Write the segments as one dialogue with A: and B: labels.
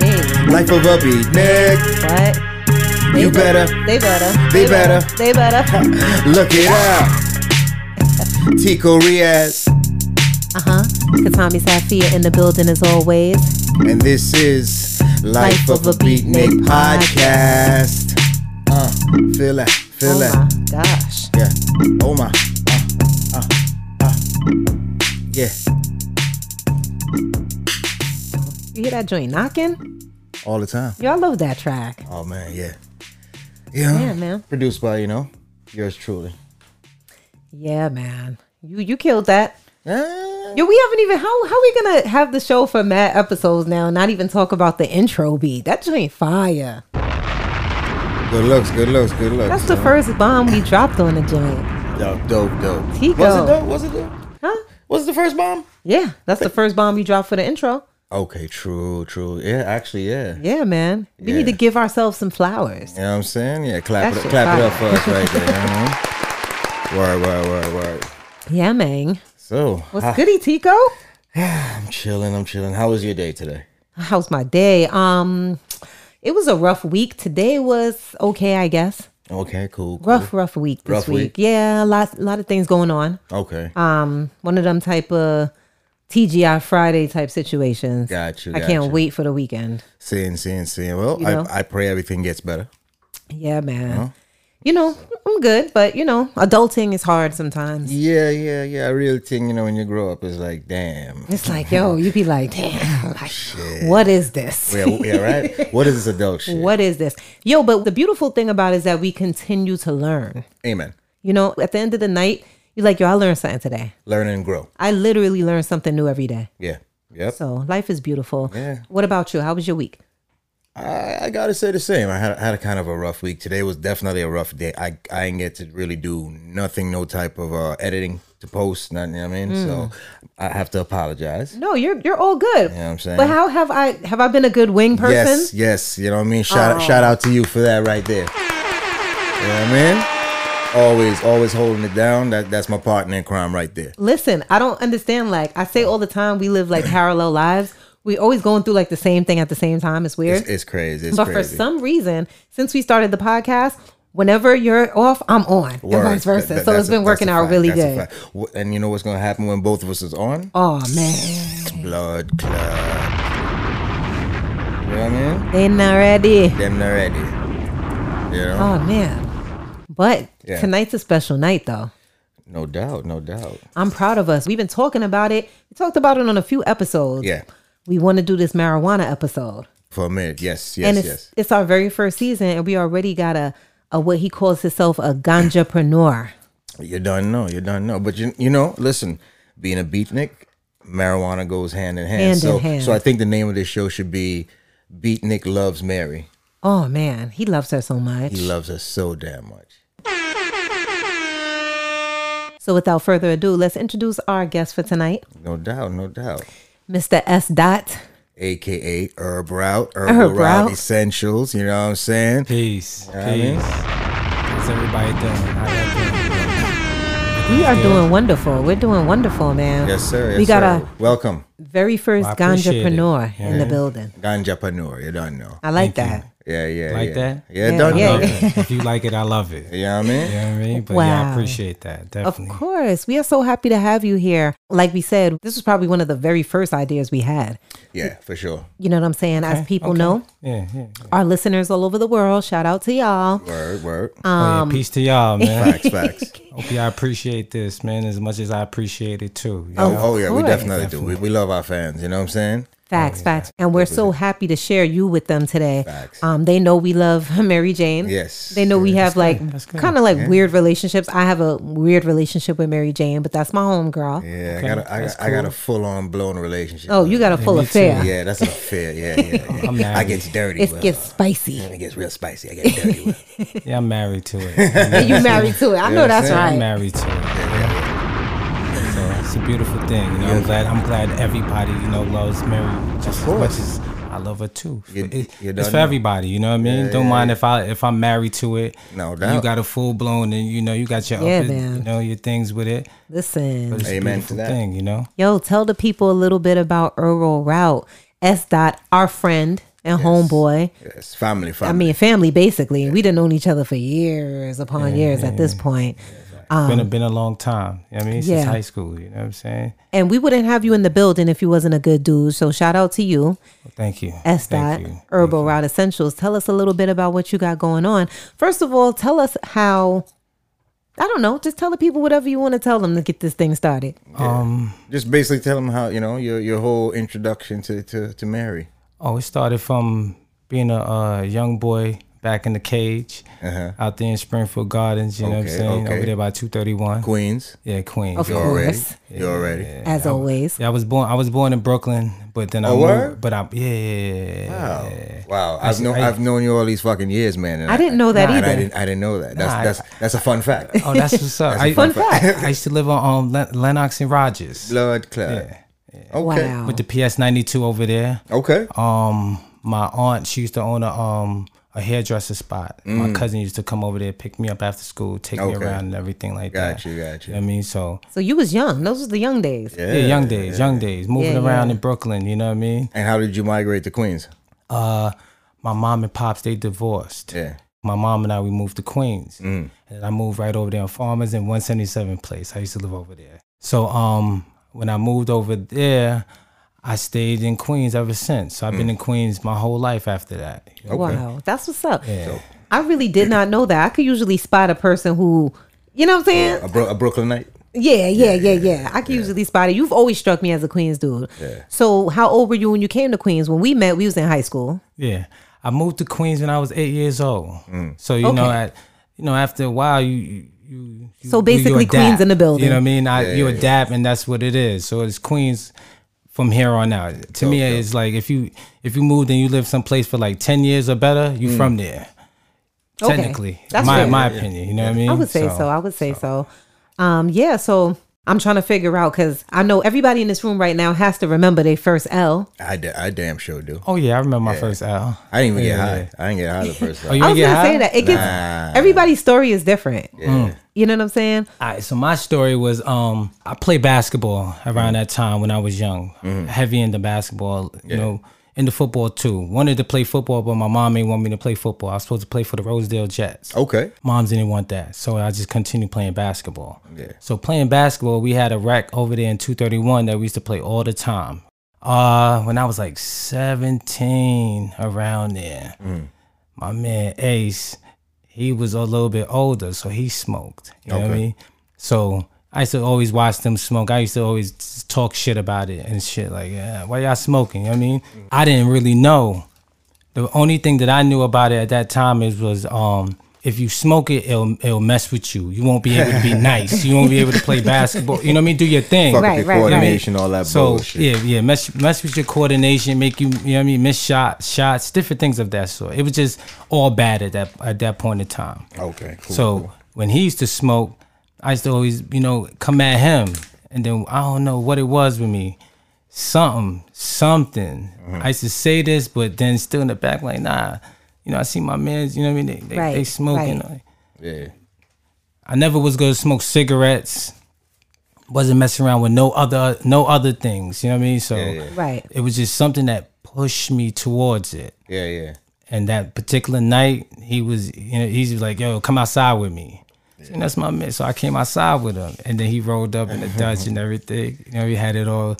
A: life of a beatnik.
B: What?
A: You
B: be-
A: better.
B: They better.
A: They better.
B: They better.
A: Look it up. Tico Riaz.
B: Uh huh. Katami Safia in the building as always.
A: And this is Life, of, a Beatnik podcast. Uh, feel that, feel
B: Oh
A: that.
B: my gosh.
A: Yeah. Oh my. Uh, uh, uh. Yeah.
B: You hear that joint knocking?
A: All the time.
B: Y'all love that track.
A: Oh man, yeah. Yeah.
B: Yeah, man.
A: Produced by, you know, yours truly.
B: Yeah, man. You you killed that.
A: Ah,
B: Yo, we haven't even how how we gonna have the show for mad episodes now? and Not even talk about the intro beat. That joint fire.
A: Good looks, good looks, good looks.
B: That's the
A: man.
B: first bomb we dropped on the joint.
A: Dope, dope, dope.
B: Tico.
A: Was it dope? Was it dope?
B: Huh?
A: Was it the first bomb?
B: Yeah, that's the first bomb you dropped for the intro.
A: Okay, true, true. Yeah, actually, yeah.
B: Yeah, man. We
A: Yeah.
B: need to give ourselves some flowers.
A: You know what I'm saying? Yeah, clap
B: That
A: it,
B: shit
A: clap it
B: fire.
A: up for us right there. you know? Word, word, word, word.
B: Yeah, man.
A: So,
B: What's
A: I-
B: goody, Tico?
A: I'm chilling. I'm chilling. How was your day today?
B: How's my day? Um, it was a rough week. Today was okay, I guess.
A: Okay, cool. cool.
B: Rough, rough week this
A: Rough week?
B: week. Yeah, a lot, lot of things going on.
A: Okay,
B: Um, one of them type of TGI Friday type situations.
A: Got you,
B: I
A: got
B: can't
A: you.
B: wait for the weekend.
A: seeing, seeing, seeing. Well,
B: you know.
A: I, I pray everything gets better.
B: Yeah, man.
A: Uh-huh.
B: You know, I'm good, but you know, adulting is hard sometimes.
A: Yeah, yeah, yeah. I really think you know when you grow up, it's like, damn.
B: It's like, yo, you be like, damn, like, what is this?
A: yeah, yeah, right. What is this adult shit?
B: What is this? Yo, but the beautiful thing about it is that we continue to learn.
A: Amen.
B: You know, at the end of the night, you're like, yo, I learned something today.
A: Learn and grow.
B: I literally learn something new every day.
A: Yeah. Yep.
B: So life is beautiful.
A: Yeah.
B: What about you? How was your week?
A: I, I gotta say the same. I had, had a kind of a rough week. Today was definitely a rough day. I I didn't get to really do nothing, no type of uh, editing to post, nothing. You know what I mean,
B: Hmm.
A: so I have to apologize.
B: No, you're you're all good.
A: You know what I'm saying?
B: But how have I have I been a good wing person? Oh.
A: Yes, yes. You know what I mean? Shout shout out to you for that right there. You know what I mean? Always, always holding it down. That that's my partner in crime right there.
B: Listen, I don't understand. Like I say all the time, we live like parallel lives. We always going through like the same thing at the same time. It's weird.
A: It's, it's crazy. It's
B: but
A: crazy.
B: for some reason, since we started the podcast, whenever you're off, I'm on, and
A: Word.
B: vice versa.
A: That- that-
B: so
A: that's
B: it's
A: a-
B: been
A: that's
B: working
A: a
B: out
A: fact.
B: really
A: That's a
B: good.
A: fact. Wh- And you know what's gonna happen when both of us is on?
B: Oh man,
A: Blood club. You know what I mean?
B: they not ready.
A: Them not ready. You know?
B: Oh man, but
A: Yeah.
B: tonight's a special night though.
A: No doubt, no doubt.
B: I'm proud of us. We've been talking about it. We talked about it on a few episodes.
A: Yeah.
B: We want to do this marijuana episode.
A: For a minute. Yes,
B: and
A: yes,
B: it's
A: yes.
B: it's our very first season and we already got a, a what he calls himself a ganjapreneur.
A: You don't know. You don't know. But you you know, listen, being a beatnik, marijuana goes hand in hand.
B: Hand in
A: so
B: hand.
A: so I think the name of this show should be Beatnik Loves Mary.
B: Oh man, he loves her so much.
A: He loves her so damn much.
B: so without further ado, let's introduce our guest for tonight,
A: No doubt, no doubt.
B: Mr. S. Dot.
A: AKA Herb Route, Herbal
B: Herb
A: Route
B: Route.
A: Essentials, you know what I'm saying?
C: Peace.
A: what I mean?
C: Peace. How's everybody doing? How y'all doing?
B: We are doing wonderful. We're doing wonderful, man.
A: Yes, sir. Yes,
B: we got
A: sir. Welcome,
B: a very first
C: Well, I appreciate it.
B: ganjapreneur in the
C: Yeah.
B: building.
A: Ganjapreneur, you don't know.
B: I like
C: Thank you.
B: that.
A: Yeah, yeah.
C: Like
A: yeah.
C: that?
A: Yeah,
B: Yeah,
A: don't
B: Uh, yeah.
A: know.
C: Love it. if you like it, I love it.
A: You know what I mean?
C: You know what I mean? But yeah,
B: Wow.
C: I appreciate that.
B: Of
C: Definitely.
B: course. We are so happy to have you here. Like we said, this was probably one of the very first ideas we had.
A: Yeah, for sure.
B: You know what I'm saying? As people know,
C: Yeah, yeah. Oh, yeah.
B: our listeners all over the world, shout out to y'all.
A: Word, word.
B: Uh, Um,
C: oh, yeah. Peace to y'all, man.
A: facts, facts.
C: Hope y'all appreciate this, man, as much as I appreciate it too. you know?
A: Oh, yeah, we
B: course.
A: definitely do. We, we love our fans, you know what I'm saying?
C: Oh,
B: Facts, facts. And we're so happy to share you with them today.
A: Facts.
B: Um, they know we love Mary Jane.
A: Yes.
B: They know we have like
C: That's good.
B: kind of like weird relationships. I have a weird relationship with Mary Jane, but that's my homegirl.
A: Yeah,
C: Okay,
A: I got a, I,
C: that's
A: got- I got a
C: cool.
A: full on blown relationship.
B: Oh, you got a full
C: me
B: affair.
A: yeah, that's not fair. Yeah, yeah.
C: I'm
A: yeah. I
C: married.
A: get dirty.
B: It
A: with
B: gets
A: her.
B: spicy.
A: it gets real spicy. I get dirty. with her.
C: Yeah, I'm married to it.
B: And you married to it. I know
A: what I'm
B: that's
A: saying?
C: I'm
B: right.
C: married to it. So it's a beautiful thing. You know, I'm glad. I'm glad everybody you know loves Mary just as much
A: course.
C: as I love her too.
A: You-
C: It-
A: you
C: it's
A: done
C: for
A: know.
C: everybody. You know what I mean? Don't mind if I if I'm married to it.
A: No
C: You
A: doubt.
C: got a full blown and you know you got your
B: Yeah,
C: up
B: man.
C: and, you know your things with it.
B: Listen.
C: But it's
A: Amen
C: a
A: to
C: beautiful
A: that.
C: thing. You know.
B: Yo, tell the people a little bit about Earl Route. S. Dot, our friend. and homeboy.
A: Yes, family, family.
B: I mean, family basically. We done known each other for years upon years at this point. Um,
C: been a, been a long time. You know what I mean, since
B: Uh-huh. yeah.
C: high school. You know what I'm saying?
B: And we wouldn't have you in the building if you wasn't a good dude. So shout out to you,
C: Thank you.
B: S. Dot
C: Thank you.
B: Herbal Route Essentials. Tell us a little bit about what you got going on. First of all, tell us how. I don't know. Just tell the people whatever you want to tell them to get this thing started.
C: Um.
A: Just basically tell them how you know your your whole introduction to to to Mary.
C: Oh, it started from being a uh, young boy back in the cage out there in Springfield Gardens. You know what I'm
A: Uh-huh. Okay,
C: saying?
A: okay.
C: Over there by 231.
A: Queens,
C: Yeah, Queens.
B: Of
A: you already,
B: course,
A: you already.
B: as always.
C: Yeah, I was born. I was born in Brooklyn, but then I
A: Oh,
C: moved.
A: word?
C: But I yeah, yeah, yeah.
A: Wow, Oh, wow! I've known
C: I-
A: I've known you all these fucking years, man. and
B: I didn't know that
A: and I
B: either.
A: didn't I didn't know that. That's
C: Nah, I-
A: that's that's a fun fact.
C: Oh, that's what's up. I,
B: fun fact.
C: I used to live on um, Len- Lennox and Rogers
A: Blood clot. Okay.
B: Wow.
C: with the PS92 over there.
A: Okay.
C: Um, my aunt she used to own a um a hairdresser spot. My cousin used to come over there, pick me up after school, take me
A: Mm. Okay.
C: around, and everything like that.
A: Got you, got you.
C: know what I mean, so
B: So you was young. Those was the young days.
C: yeah, young days, young days, moving
B: Yeah,
C: around
B: yeah.
C: in Brooklyn. You know what I mean?
A: And how did you migrate to Queens?
C: Uh, my mom and pops they divorced.
A: Yeah.
C: my mom and I we moved to Queens, and I moved right over there on Farmers and 177 Place. I used to live over there. So um, when I moved over there, I stayed in Queens ever since. So I've been in Queens my whole life after that. You know?
B: Wow, that's what's up.
C: Yeah.
B: I really did not know that. I could usually spot a person who, you know what I'm saying?
A: A, Bro- a Brooklynite.
B: Yeah, yeah, yeah, yeah. I could usually spot it. You've always struck me as a Queens dude. So how old were you when you came to Queens? When we met, we was in high school.
C: Yeah, I moved to Queens when I was eight years old. So you know,
B: Okay.
C: at you know after a while you. you you,
B: So
C: you-
B: basically Queens
C: adapt.
B: in the building.
C: You know what I mean? I, you adapt, and that's what it is. So it's Queens from here on out. To me, it's like if you if you moved and you live someplace for like ten years or better, you from there.
B: Okay.
C: Technically,
B: That's
C: my
B: fair.
C: my opinion. You know what I mean?
B: I would say so. I would say so. Um, yeah. So I'm trying to figure out because I know everybody in this room right now has to remember their first L.
A: I, da- I damn sure do.
C: Oh yeah, I remember my first L.
A: I didn't even get
C: Yeah,
A: high.
C: yeah.
A: I didn't get high the first
C: Oh,
A: time.
C: you
B: I
C: didn't
B: was
C: get
B: gonna
C: high?
B: say that it gets
A: Nah.
B: everybody's story is different. You know what I'm saying?
C: All right, so my story was um I played basketball around that time when I was young, heavy into basketball, you know, into football too. Wanted to play football, but my mom didn't want me to play football. I was supposed to play for the Rosedale Jets.
A: Okay.
C: Moms didn't want that, so I just continued playing basketball.
A: Yeah.
C: So playing basketball, we had a rack over there in 231 that we used to play all the time. Uh, when I was like 17 around there, my man Ace, he was a little bit older, so he smoked. You know what I
A: Okay.
C: mean? So I used to always watch them smoke. I used to always talk shit about it and shit like, yeah, why y'all smoking? You know what I mean? I didn't really know. The only thing that I knew about it at that time is was um if you smoke it, it'll it'll mess with you. You won't be able to be nice. You won't be able to play basketball. You know what I mean? Do your thing.
A: Fucking
B: Right, right, right.
A: coordination, all that
C: So
A: bullshit.
C: yeah, yeah, mess mess with your coordination, make you you know what I mean, miss shots, shots, different things of that sort. It was just all bad at that at that point in time.
A: Okay. Cool.
C: So when he used to smoke, I used to always, you know, come at him. And then I don't know what it was with me. Something, something.
A: Mm-hmm.
C: I used to say this, but then still in the back, like, nah, you know, I see my mans, you know what I mean? They, they,
B: Right,
C: they smoking.
B: right.
A: yeah.
C: I never was gonna smoke cigarettes. Wasn't messing around with no other no other things, you know what I mean? So
B: Right.
C: it was just something that pushed me towards it.
A: Yeah. Yeah.
C: And that particular night, he was, you know, he's like, "Yo, come outside with me." And that's my man. So I came outside with him, and then he rolled up in the Dutch and everything. You know, he had it all,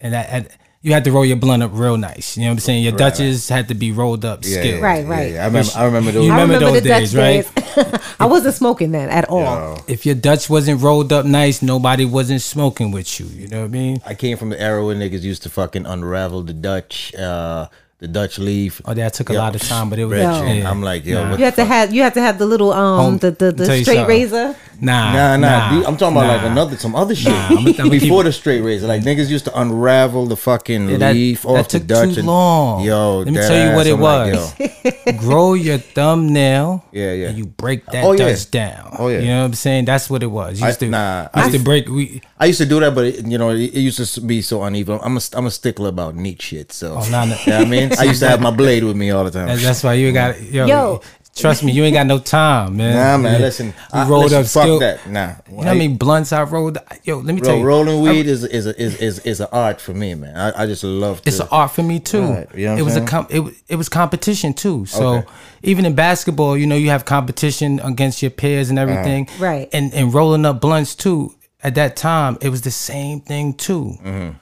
C: and I, I, you had to roll your blunt up real nice. You know what I'm saying? Your Dutches had to be rolled up,
A: Yeah,
C: skilled.
A: yeah,
B: Right,
A: yeah,
B: right.
A: yeah. I remember. I remember those.
C: You
B: I
C: remember
B: remember
C: those
B: the Dutch
C: days, right?
B: days. I wasn't smoking that at all.
A: uh,
C: If your Dutch wasn't rolled up nice, nobody wasn't smoking with you. You know what I mean?
A: I came from the era where niggas used to fucking unravel the Dutch, uh, the Dutch leaf.
C: Oh, that took a
A: Yeah.
C: lot of time, but it was.
A: Red
B: No.
A: shit.
C: yeah.
A: I'm like, yo, what
B: You had to have you had to have the little um
C: Home-
B: the the,
C: tell
B: the
C: you
B: straight
C: something.
B: razor.
C: Nah,
A: Nah, nah, dude, I'm talking about
C: nah.
A: like another some other shit
C: I'ma- I'ma
A: before
C: keep-
A: the straight razor. Like niggas used to unravel the fucking
C: Yeah, that-
A: leaf
C: that
A: off the
C: took
A: Dutch.
C: too long.
A: Yo,
C: Let me
A: dead
C: tell you what
A: ass.
C: it
A: I'm like,
C: was.
A: yo.
C: grow your thumbnail.
A: Yeah, yeah.
C: And you break that
A: Oh,
C: oh,
A: yeah.
C: down.
A: Oh, yeah.
C: You know what I'm saying? That's what it was. You
A: I-
C: used to,
A: nah,
C: you
A: I-
C: used to break. We,
A: I used to do that, but it, you know, it, it used to s- be so uneven. I'm a I'm a stickler about neat shit. So
C: Oh, nah, nah.
A: You know what I mean, I used to have my blade with me all the time.
C: that's, that's why you got yo.
B: Yo.
C: Trust me, you ain't got no time, man.
A: Nah, man.
C: Yeah.
A: Listen,
C: we
A: I,
C: rolled
A: listen,
C: up
A: fuck
C: still.
A: that. Nah,
C: You know how many blunts I rolled? Yo, let me
A: Bro,
C: tell you,
A: rolling weed is is a, is is is an art for me, man. I, I just love to.
C: it's an art for me too.
A: Right, you know what
C: it
A: I'm
C: was a
A: saying?
C: com- it, wa- it was competition too. So
A: Okay.
C: even in basketball, you know, you have competition against your peers and everything.
B: Right.
C: And and rolling up blunts too. At that time, it was the same thing too.
A: Mm-hmm.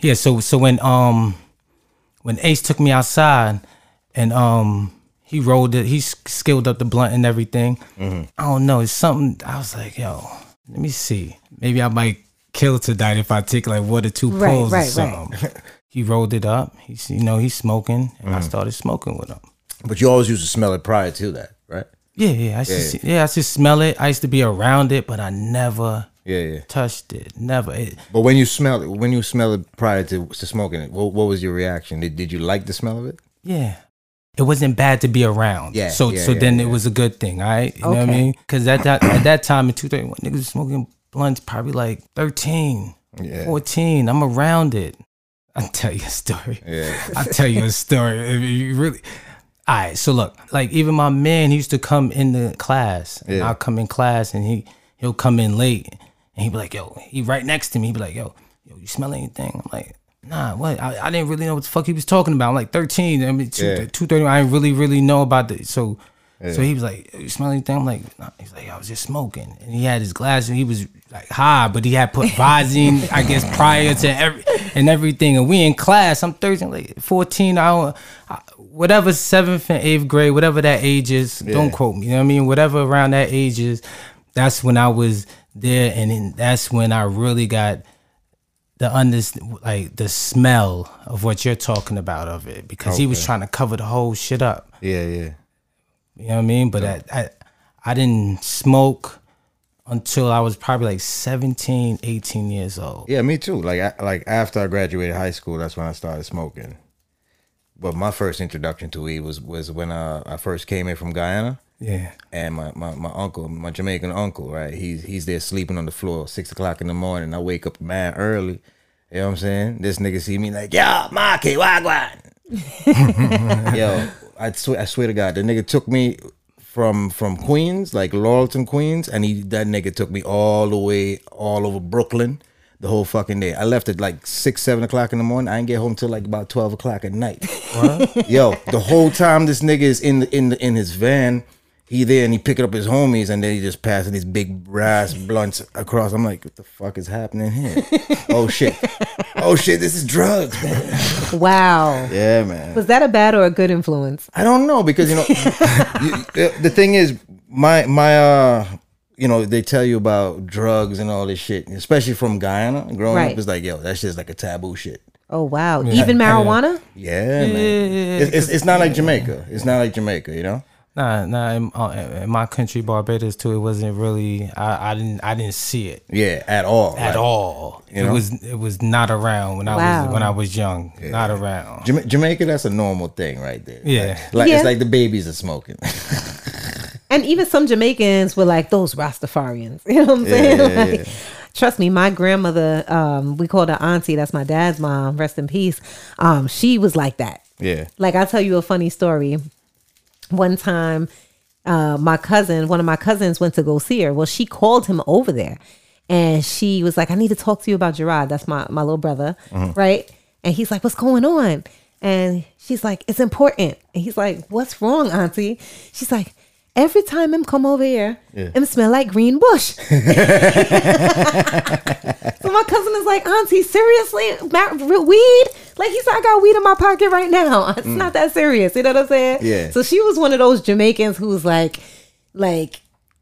C: Yeah. So so when um when Ace took me outside and um he rolled it, he s- skilled up the blunt and everything. I don't know. It's something I was like, yo, let me see. Maybe I might kill tonight if I take like one or two
B: Right,
C: pulls
B: right,
C: or
B: right.
C: something. He rolled it up. He's you know he's smoking, and I started smoking with him.
A: but you always used to smell it prior to that, right?
C: Yeah, yeah. I used to see, yeah, I used to smell it. I used to be around it, but I never
A: Yeah, yeah.
C: touched it. Never. It,
A: But when you smell it, when you smell it prior to, to smoking it, what, what was your reaction? Did, did you like the smell of it?
C: yeah. It wasn't bad to be around.
A: Yeah,
C: So
A: yeah,
C: so
A: yeah,
C: then
A: yeah.
C: it was a good thing. All right. You know what I
B: Okay.
C: mean? Because at that at that time in two thirty one, niggas was smoking blunts probably like 13,
A: Yeah.
C: Oh, 14. I'm around it. I'll tell you a story.
A: Yeah.
C: I'll tell you a story. If you really. All right. So look, like even my man he used to come in the class. And
A: Yeah.
C: I'll come in class and he he'll come in late and he'd be like, yo, he right next to me. He'd be like, yo, yo, you smell anything? I'm like, nah, what? I, I didn't really know what the fuck he was talking about. I'm like 13. I mean, two,
A: Yeah.
C: 230. I didn't really, really know about this. So so he was like, you smell anything? I'm like, nah. He's like, I was just smoking. And he had his glass and he was like high, but he had put Visine, I guess, prior to every and everything. And we in class, I'm 13, like 14, I don't, I- whatever seventh and eighth grade, whatever that age is, don't quote me, you know what I mean? Whatever around that age is, that's when I was there. And then that's when I really got the under like the smell of what you're talking about of it because he was trying to cover the whole shit up.
A: Yeah, yeah.
C: You know what I mean? But I, I I didn't smoke until I was probably like 17, 18 years old.
A: Yeah, me too. Like I, like after I graduated high school, that's when I started smoking. But my first introduction to weed was was when uh, I first came in from Guyana.
C: Yeah.
A: And my, my, my uncle, my Jamaican uncle, right? He's he's there sleeping on the floor, six o'clock in the morning. I wake up man early. You know what I'm saying? This nigga see me like, yo, Maki Wagwan. yo, I swear I swear to God, the nigga took me from from Queens, like Laurelton, Queens, and he that nigga took me all the way all over Brooklyn the whole fucking day. I left at like six, seven o'clock in the morning. I didn't get home till like about twelve o'clock at night. Yo, the whole time this nigga is in the, in the, in his van, he there and he picking up his homies and then he just passing these big brass blunts across. I'm like, what the fuck is happening here? oh shit, oh shit, this is drugs, man.
B: Wow.
A: Yeah, man.
B: Was that a bad or a good influence?
A: I don't know because you know you, uh, the thing is my my uh you know they tell you about drugs and all this shit, especially from Guyana. Growing
B: Right.
A: up, it's like yo, that shit's like a taboo shit.
B: Oh wow. Even marijuana?
A: Yeah, man. It's, it's, it's not like Jamaica. It's not like Jamaica, you know.
C: Nah, nah. In, uh, in my country, Barbados too, it wasn't really. I, I didn't. I didn't see it
A: Yeah, at all.
C: at
A: all.
C: all. It
A: know?
C: was. It was not around when I
B: Wow.
C: was when I was young. Not around.
A: Jama- Jamaica, that's a normal thing right there.
C: Yeah.
A: Like, like-
B: Yeah.
A: it's like the babies are smoking.
B: And even some Jamaicans were like those Rastafarians. You know what I'm saying?
A: yeah,
B: Like, Trust me, my grandmother, um, we called her auntie, that's my dad's mom, rest in peace. Um, she was like that.
A: yeah.
B: Like I'll tell you a funny story. One time, uh, my cousin, one of my cousins went to go see her. Well, she called him over there and she was like, I need to talk to you about Gerard. That's my my little brother, right? And he's like, What's going on? And she's like, It's important. And he's like, What's wrong, Auntie? She's like, Every time him come over here, him smell like green bush. So my cousin is like, Auntie, seriously, Ma- real weed? Like he said, I got weed in my pocket right now. It's not that serious. You know what I'm saying?
A: Mm. Yeah.
B: So she was one of those Jamaicans who was like, like,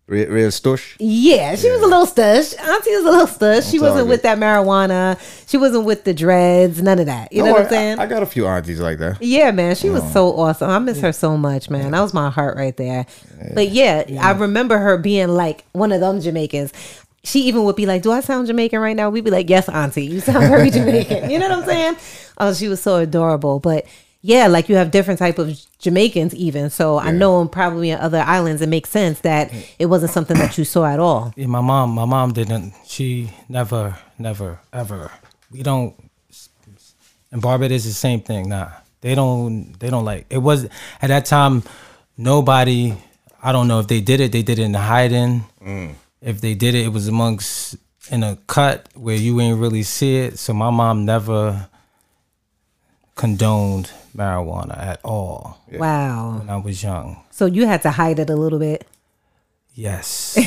A: Real, real stush.
B: yeah, she was a little stush. Auntie was a little stush. She
A: That's all
B: wasn't
A: good.
B: with that marijuana. She wasn't with the dreads. None of that. You know what I'm saying?
A: I, I got a few aunties like that.
B: Yeah, man, she was so awesome. I miss her so much, man. That was my heart right there. But yeah, I remember her being like one of them Jamaicans. She even would be like, "Do I sound Jamaican right now?" We'd be like, "Yes, Auntie, you sound very Jamaican." You know what I'm saying? Oh, she was so adorable. But yeah, like you have different type of Jamaicans, even. So I know them probably in other islands. It makes sense that it wasn't something that you saw at all.
C: Yeah, my mom. My mom didn't. She never, never, ever. We don't. In Barbados, it's the same thing. Nah, they don't. They don't like. It was at that time. nobody. I don't know if they did it. They did it in hiding. If they did it, it was amongst in a cut where you ain't really see it. So my mom never condoned marijuana at all
B: Wow.
C: when I was young.
B: So you had to hide it a little bit,
C: Yes,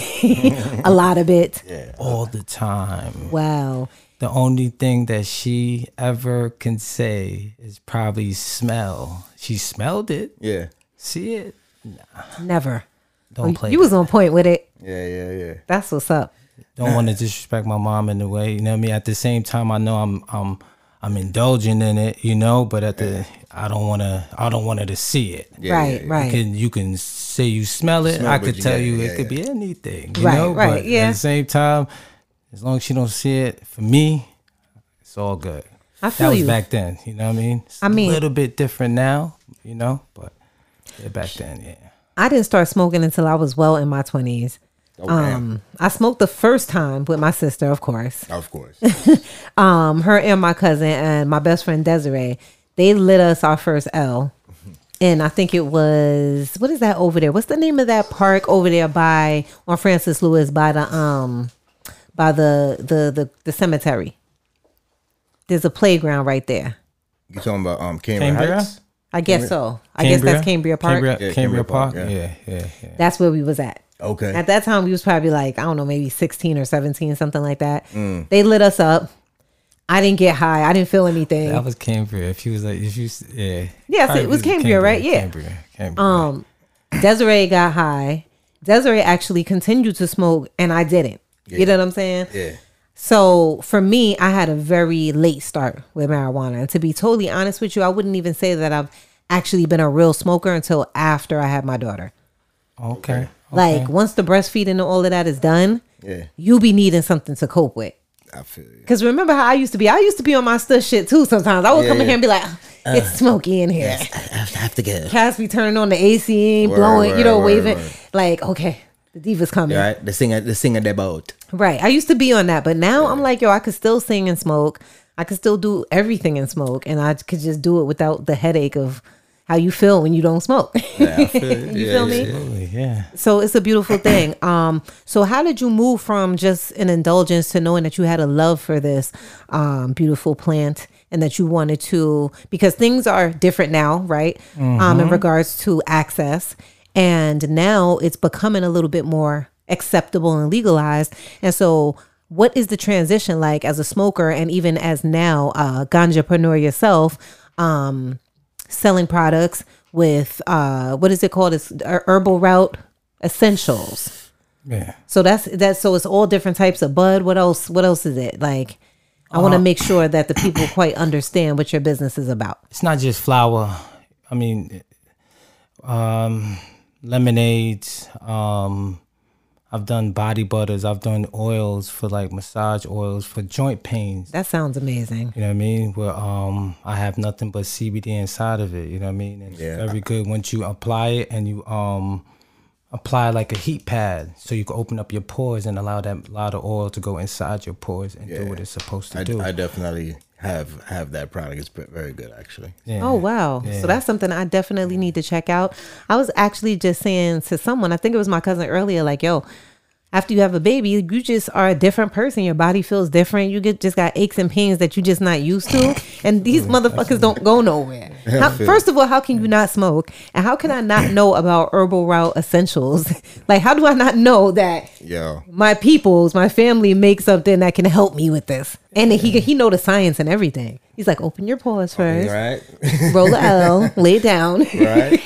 B: a lot of it.
C: all the time.
B: Wow.
C: The only thing that she ever can say is probably smell. She smelled it.
A: Yeah.
C: See it?
B: Never. Um,
C: Don't play.
B: You
C: that.
B: was on point with it.
A: Yeah, yeah, yeah.
B: That's what's up.
C: Don't want to disrespect my mom in a way. You know what I mean? At the same time, I know I'm I'm I'm indulging in it. You know, but at the I don't want to I don't want her to see it.
A: Yeah,
B: right.
A: yeah, yeah.
B: Right.
C: You can you can say you smell it.
A: Smell,
C: I
A: but
C: could
A: you
C: tell
A: get it.
C: you it,
A: Yeah,
C: could
A: yeah.
C: be anything. You
B: Right,
C: know,
B: right,
C: but at
B: yeah.
C: the same time, as long as she don't see it, for me, it's all good.
B: I feel
C: that was
B: you.
C: back then. You know what I mean? It's
B: I mean-
C: a little bit different now. You know, but yeah, back then, yeah.
B: I didn't start smoking until I was well in my twenties.
A: Oh, damn.
B: Um, I smoked the first time with my sister, of course.
A: Of course.
B: um, her and my cousin and my best friend Desiree, they lit us our first L. And I think it was what is that over there? What's the name of that park over there by on Francis Lewis by the um by the the the, the cemetery? There's a playground right there.
A: You talking about um Cambria,
C: Cambria?
A: Heights?
B: I guess so. I guess that's Cambria Park.
C: Cambria,
A: Yeah, Cambria
C: Cambria Park.
A: Park, yeah.
C: Yeah, yeah, yeah.
B: That's where we was at.
A: Okay.
B: At that time, we was probably like I don't know, maybe sixteen or seventeen, something like that. They lit us up. I didn't get high. I didn't feel anything.
C: That was Cambria. If you was like, if you, s- yeah.
B: Yes, it
C: Probably
B: was Cambria, right? Yeah.
C: Cambria, Cambria.
B: Um, Desiree got high. Desiree actually continued to smoke, and I didn't. You know what I'm saying?
A: yeah.
B: So for me, I had a very late start with marijuana. And to be totally honest with you, I wouldn't even say that I've actually been a real smoker until after I had my daughter.
C: okay.
B: Like once the breastfeeding and all of that is done,
A: Yeah.
B: you'll be needing something to cope with.
A: I feel you.
B: Cause remember how I used to be? I used to be on my stuff shit too. Sometimes I would come in
A: yeah.
B: here and be like, "It's smoky in here."
A: I have to go.
B: Cass be turning on the AC, ain't
A: Word,
B: blowing, you know,
A: word,
B: waving.
A: word.
B: Like, okay, the diva's coming. Right.
A: Right? The singer the singer about.
B: I used to be on that, but now I'm like, yo, I could still sing and smoke. I could still do everything and smoke, and I could just do it without the headache of how you feel when you don't smoke.
A: Yeah, I feel you.
B: You
A: Yeah,
B: feel me?
C: Absolutely, yeah.
B: So it's a beautiful thing. Um, so how did you move from just an indulgence to knowing that you had a love for this um, beautiful plant and that you wanted to because things are different now, right? Um, in regards to access, and now it's becoming a little bit more acceptable and legalized. And so, what is the transition like as a smoker and even as now uh, ganjapreneur yourself? Um, selling products with uh what is it called it's her- herbal route essentials
C: Yeah.
B: so that's that's so it's all different types of bud what else what else is it like i want to make sure that the people quite understand what your business is about
C: it's not just flour. I mean, um, lemonades. Um, I've done body butters. I've done oils for like massage oils for joint pains.
B: that sounds amazing
C: You know what I mean? Where um, I have nothing but CBD inside of it. You know what I mean? And
A: Yeah.
C: It's very good once you apply it and you um apply like a heat pad so you can open up your pores and allow that lot of oil to go inside your pores and do what it's supposed to
A: I,
C: do.
A: I definitely have have that product. It's very good actually.
C: yeah.
B: Oh wow! So that's something I definitely need to check out. I was actually just saying to someone, I think it was my cousin earlier, like, "Yo, after you have a baby, you just are a different person. Your body feels different. You get just got aches and pains that you just not used to, and these
C: Mm,
B: motherfuckers don't go nowhere. How, first of all, how can you not smoke? And how can I not know about herbal route essentials? like, how do I not know that
A: Yo.
B: my peoples, my family make something that can help me with this? And he he know the science and everything. He's like, open your paws
C: Oh,
B: first
A: Right?
B: roll a L, lay it down.
A: right?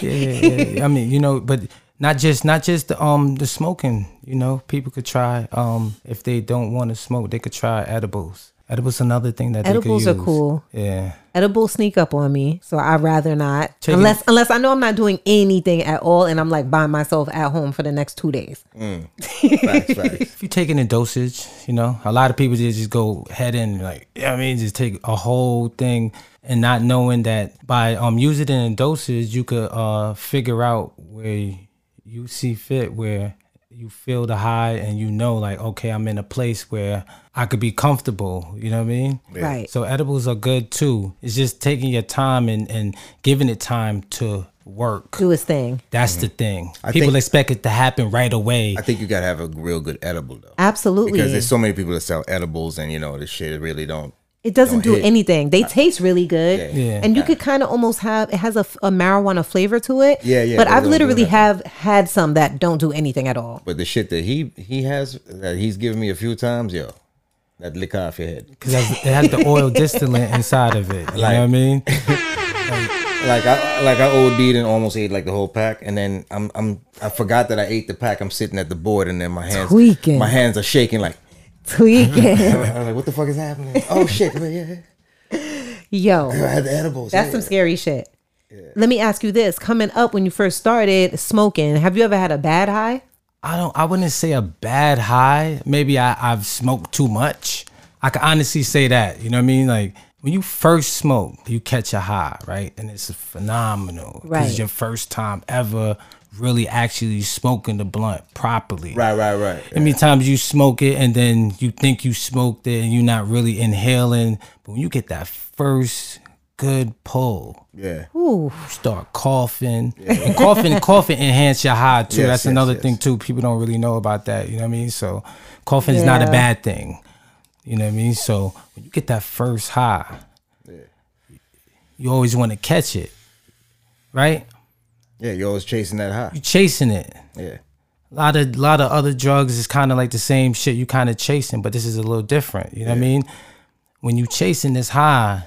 C: yeah, yeah, yeah. I mean, you know, but not just not just the um the smoking. You know, people could try um if they don't want to smoke, they could try edibles. Edibles another thing that
B: Edibles
C: they
B: are
C: could use.
B: cool.
C: Yeah,
B: Edible sneak up on me, so I'd rather not.
C: Chicken.
B: Unless unless I know I'm not doing anything at all, and I'm like by myself at home for the next two days.
A: Facts, facts.
C: if you take it in dosage, you know, a lot of people just just go head in like yeah, I mean, just take a whole thing and not knowing that by um using it in dosage, you could uh figure out where you see fit where you feel the high and you know like okay i'm in a place where i could be comfortable you know what i mean
B: Right.
C: so edibles are good too it's just taking your time and and giving it time to work
B: Do his thing.
C: that's the thing
A: I
C: people
A: think-
C: expect it to happen right away
A: I think you gotta have a real good edible though.
B: Absolutely.
A: Because there's so many people that sell edibles and you know this shit really don't
B: It doesn't
A: Don't
B: do
A: hit.
B: anything. They taste really good,
A: Yeah.
C: Yeah.
B: and you could kind of almost have it has a, f- a marijuana flavor to it.
A: Yeah, yeah,
B: But
A: they don't
B: I've
A: do
B: literally
A: nothing.
B: have had some that don't do anything at all.
A: but the shit that he he has that he's given me a few times, yo, that lick off your head.
C: because it has the oil distillate inside of it you know what i
A: Like-
C: mean
A: Like I like I OD'd and almost ate like the whole pack, and then I'm I'm I forgot that I ate the pack. I'm sitting at the board, and then my hands
B: Tweaking.
A: my hands are shaking like
B: Tweaking,
A: I'm like what the fuck is happening? Oh shit! Yeah, yeah, yeah. I
B: yo,
A: had the edibles.
B: that's
A: yeah.
B: some scary shit. Let me ask you this: Coming up when you first started smoking, have you ever had a bad high?
C: I don't. I wouldn't say a bad high. Maybe I, I've smoked too much. I can honestly say that. You know what I mean? Like when you first smoke, you catch a high, right? And it's phenomenal. 'cause
B: Right.
C: It's your first time ever really actually smoking the blunt properly.
A: Right, right, right.
C: How many times you smoke it and then you think you smoked it and you're not really inhaling? But when you get that first good pull,
A: Yeah.
C: start coughing. And coughing, coughing enhance your high too.
A: Yes,
C: That's
A: yes,
C: another
A: yes.
C: thing too. People don't really know about that. You know what I mean? So coughing is not a
B: Yeah.
C: bad thing. You know what I mean? So when you get that first high, you always want to catch it, right?
A: Yeah, you're always chasing that high.
C: You're chasing it.
A: Yeah.
C: A lot of lot of other drugs is kind of like the same shit you kind of chasing, but this is a little different. You know what I mean? When you chasing this high,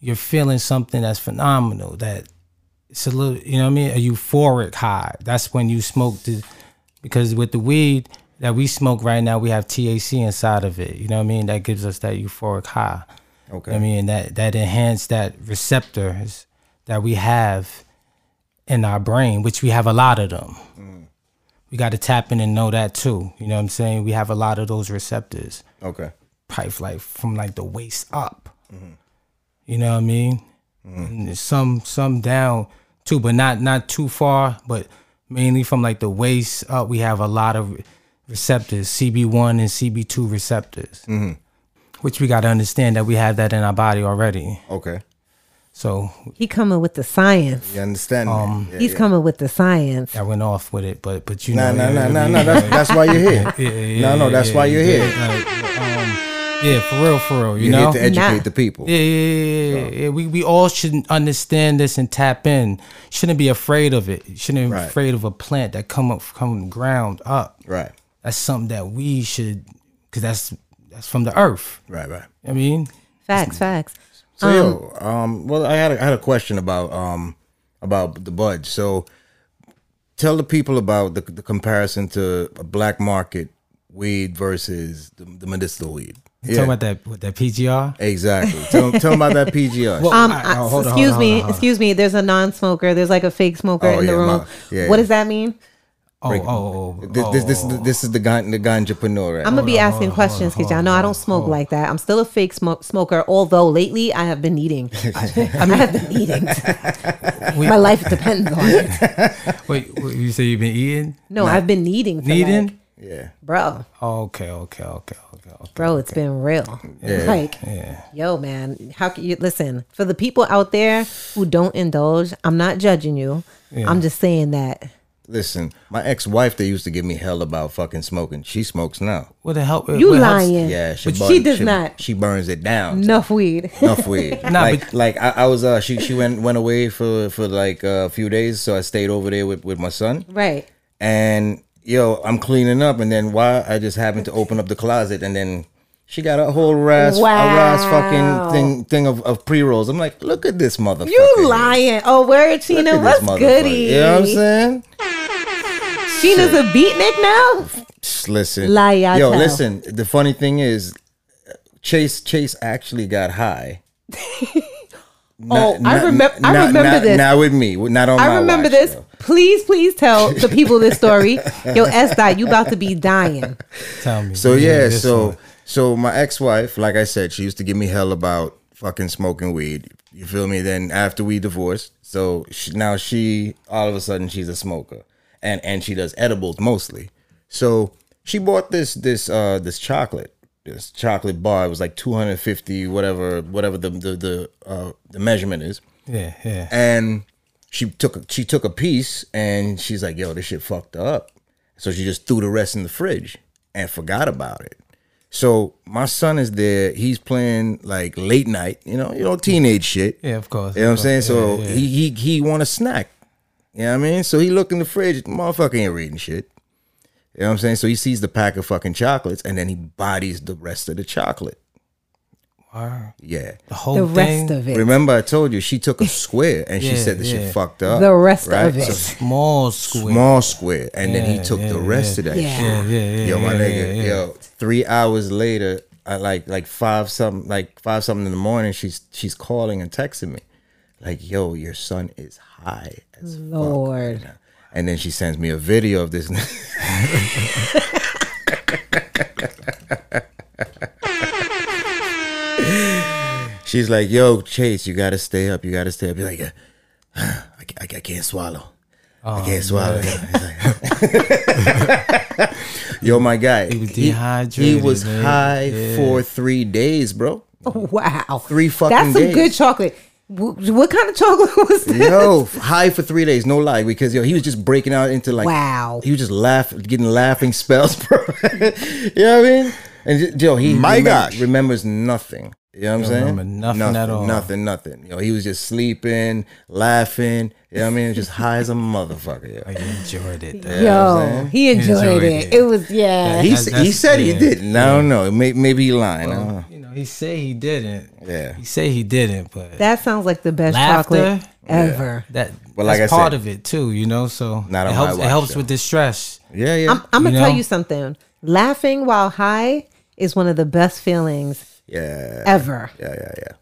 C: you're feeling something that's phenomenal. That it's a little, you know what I mean? A euphoric high. That's when you smoke the, because with the weed that we smoke right now, we have THC inside of it. You know what I mean? That gives us that euphoric high.
A: Okay.
C: You know what I mean, that that enhance that receptors that we have in our brain, which we have a lot of them. We got to tap in and know that too. You know what I'm saying? We have a lot of those receptors,
A: Okay.
C: probably from like from like the waist up. You know what I mean? And there's some some down too, but not not too far. But mainly from like the waist up, we have a lot of re- receptors, CB1 and CB2 receptors, which we got to understand that we have that in our body already.
A: Okay.
C: So
B: He coming with the science.
A: You understand? me? Yeah,
B: He's
A: yeah.
B: coming with the science.
C: I went off with it, but but you
A: Nah,
C: know,
A: nah,
C: you know
A: nah,
C: what I
A: nah,
C: mean?
A: nah. That's that's why you're here.
C: Yeah, yeah,
A: No, no,
C: yeah,
A: that's
C: yeah,
A: why you're
C: yeah,
A: here.
C: like, um, yeah, for real, for real. You
A: You're
C: know,
A: here to educate
B: Nah.
A: the people.
C: yeah, yeah, yeah, yeah, yeah. We we all should understand this and tap in. Shouldn't be afraid of it. Shouldn't be
A: Right.
C: afraid of a plant that come up come ground up.
A: Right.
C: That's something that we should, because that's that's from the earth.
A: Right. Right.
C: I mean,
B: Facts, facts.
A: So yo, um, well, I had a, I had a question about um about the budge. So tell the people about the, the comparison to a black market weed versus the, the medicinal weed.
C: you talking about that with that PGR.
A: exactly. Tell, tell 'em about that PGR.
B: Um,
C: All right,
B: I-
C: hold on, hold on,
B: excuse
C: hold
B: me,
C: on, hold on.
B: excuse me. There's a non-smoker. There's like a fake smoker
A: Oh,
B: in the
A: yeah,
B: room.
A: my- yeah, yeah.
B: what does that mean?
C: Oh, oh, oh, oh,
A: this, this, this, this is the gan- the ganjapreneur. Right?
B: I'm gonna be asking questions because y'all know I don't smoke like that. I'm still a fake smo- smoker, although lately I have been eating. I, have been eating.
C: We-
B: My life depends on it.
C: wait, wait, you say you've been eating?
B: No, I've been needing. For
C: Needing?
B: like-
A: yeah.
B: bro,
C: Oh, Okay, okay, okay, okay, okay.
B: bro, it's been real. Like, yo, man, how can you listen for the people out there who don't indulge? I'm not judging you. I'm just saying that.
A: Listen, my ex-wife they used to give me hell about fucking smoking. She smokes now.
C: What the hell?
B: You
C: what helps-
B: lying?
A: Yeah, she
B: but
A: burn-
B: she does not.
A: She burns it down.
B: Enough weed.
A: enough weed.
C: Nah,
A: like,
C: but-
A: like I, I was uh she she went went away for for like uh, a few days, so I stayed over there with with my son.
B: right.
A: And yo, I'm cleaning up, and then why I just happened to open up the closet, and then. She got a whole ass, a ass
B: Wow.
A: fucking thing, thing of, of pre rolls. I'm like, look at this motherfucker.
B: You lying. Oh, where Tina?
A: Look at
B: What's
A: this motherfucker.
B: goody?
A: You know what I'm saying?
B: Sheena's a beatnik now?
A: Psst, Listen,
B: Lie, I
A: yo,
B: tell.
A: listen. The funny thing is, Chase Chase actually got high.
B: Oh, I remem- I remember
A: not,
B: this.
A: Not with me, not on.
B: I
A: my
B: remember
A: watch,
B: this.
A: though.
B: Please, please tell the people this story. Yo, S dot, you about to be dying.
C: Tell me.
A: So yeah,
C: this
A: so
C: one.
A: so my ex-wife, like I said, she used to give me hell about fucking smoking weed. You feel me? Then after we divorced, so she, now she all of a sudden she's a smoker, and and she does edibles mostly. So she bought this this uh this chocolate this chocolate bar. It was like 250 whatever whatever the the the, uh, the measurement is.
C: Yeah, yeah.
A: And she took a- she took a piece and she's like, "Yo, this shit fucked up." So she just threw the rest in the fridge and forgot about it. So my son is there. He's playing like late night, you know, you know, teenage shit.
C: Yeah, of course.
A: You know what I'm saying?
C: of course. Yeah,
A: So
C: yeah.
A: he he he want a snack. You know what I mean? So he look in the fridge, motherfucker ain't reading shit. You know what I'm saying? So he sees the pack of fucking chocolates and then he bodies the rest of the chocolate.
C: Wow.
A: Yeah.
C: the whole
B: The
C: thing,
B: rest of it.
A: Remember I told you she took a square and she
C: Yeah,
A: said the
C: yeah.
A: shit fucked up.
B: The rest of it.
A: So
C: small square.
A: small square, and then he
C: Yeah,
A: took the
C: yeah,
A: rest of that
B: Yeah.
A: shit.
C: Yeah, yeah, yeah.
A: yo, my
C: yeah,
A: nigga,
C: yeah, yeah.
A: yo, three hours later, I like like five something, like five something in the morning. She's she's calling and texting me, like, yo, your son is high as fuck.
B: Lord.
A: And then she sends me a video of this. She's like, yo, Chase, you gotta stay up. You gotta stay up. You're like, "Uh, I, ca- I, ca- I can't swallow. I
C: Oh,
A: can't swallow. He's like- yo, my guy. He
C: was
A: He,
C: dehydrated,
A: was
C: man.
A: high for three days, bro.
B: Wow.
A: Three fucking
B: That's some
A: days.
B: good chocolate. Wh- What kind of chocolate was that?
A: Yo, high for three days, no lie, because yo, he was just breaking out into like
B: Wow.
A: He was just laugh, getting laughing spells, bro. you know what I mean? And yo, he
D: My
A: remem-
D: gosh.
A: remembers nothing. You know what I'm saying?
C: remember nothing at all.
A: Nothing, nothing. Yo, he was just sleeping, laughing. You know what I mean? Just high as a motherfucker. Yo.
C: I enjoyed it. though.
B: Yo, he enjoyed,
C: enjoyed
B: it.
C: it.
B: It was yeah.
A: He,
C: That-
A: s- he
C: that's-
A: said he
C: yeah.
A: didn't. I don't know. May- Maybe he lying. I don't know.
C: You know, he say he didn't.
A: Yeah.
C: He say he didn't, but
B: that sounds like the best
C: Laughter?
B: chocolate ever.
C: that
A: But like
C: that's
A: I
C: part
A: said-
C: of it too, you know. So
A: Not
C: it
A: on my
C: helps.
A: watch,
C: It helps
A: though.
C: with the stress.
A: Yeah, yeah.
B: I'm, I'm gonna
C: You
B: tell
C: know?
B: you something. Laughing while high is one of the best feelings
A: yeah.
B: ever.
A: Yeah, yeah, yeah.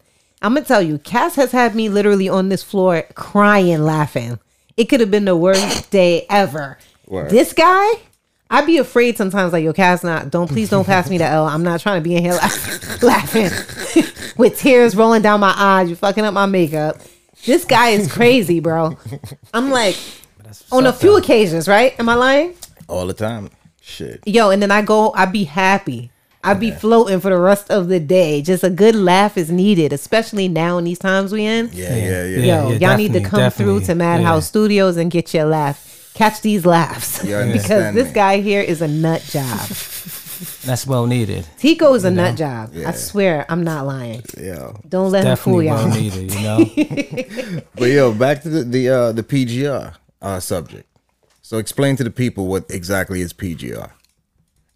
B: I'm gonna tell you, Cass has had me literally on this floor crying, laughing. It could have been the worst day ever.
A: Word.
B: This guy, I'd be afraid sometimes, like, yo, Cass, not, don't, please don't pass me the L. I'm not trying to be in here laugh- laughing with tears rolling down my eyes. You fucking up my makeup. This guy is crazy, bro. I'm like, on a few occasions, right? Am I lying?
A: All the time. Shit.
B: yo and then i go i be happy i be floating for the rest of the day just a good laugh is needed especially now in these times we in
A: Yeah, yeah, yeah.
B: yo
C: Yeah,
B: y'all need to
C: definitely,
B: come through to
C: definitely.
B: madhouse
C: Yeah.
B: studios and get your laugh catch these laughs
A: You
B: because
A: understand
B: this
A: me.
B: guy here is a nut job
C: That's well needed.
B: tico is a nut job i swear i'm not lying
A: Yo.
B: don't let him fool
C: Definitely
B: y'all
C: well needed. You know.
A: But yo, back to the the, uh, the PGR uh, subject. So explain to the people what exactly is PGR,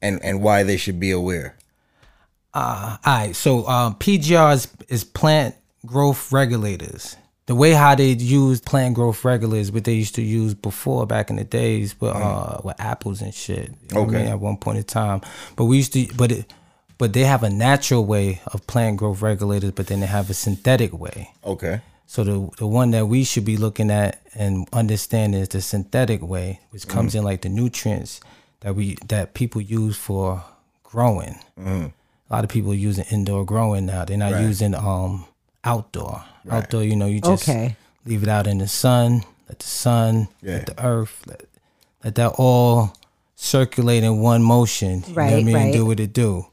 A: and and why they should be aware.
C: All right, so um, PGRs is, plant growth regulators. The way how they use plant growth regulators, what they used to use before back in the days with uh, with apples and shit. You know what I
A: Okay.
C: mean? at one point in time, but we used to, but it, but they have a natural way of plant growth regulators, but then they have a synthetic way.
A: Okay.
C: So the the one that we should be looking at and understanding is the synthetic way, which comes in like the nutrients that we that people use for growing. A lot of people are using indoor growing now. They're not using um outdoor. Outdoor, you know, you just
B: Okay.
C: leave it out in the sun, let the sun,
A: Yeah.
C: let the earth, let, let that all circulate in one motion. You know what I
B: Right,
C: mean?
B: right.
C: Do what it do.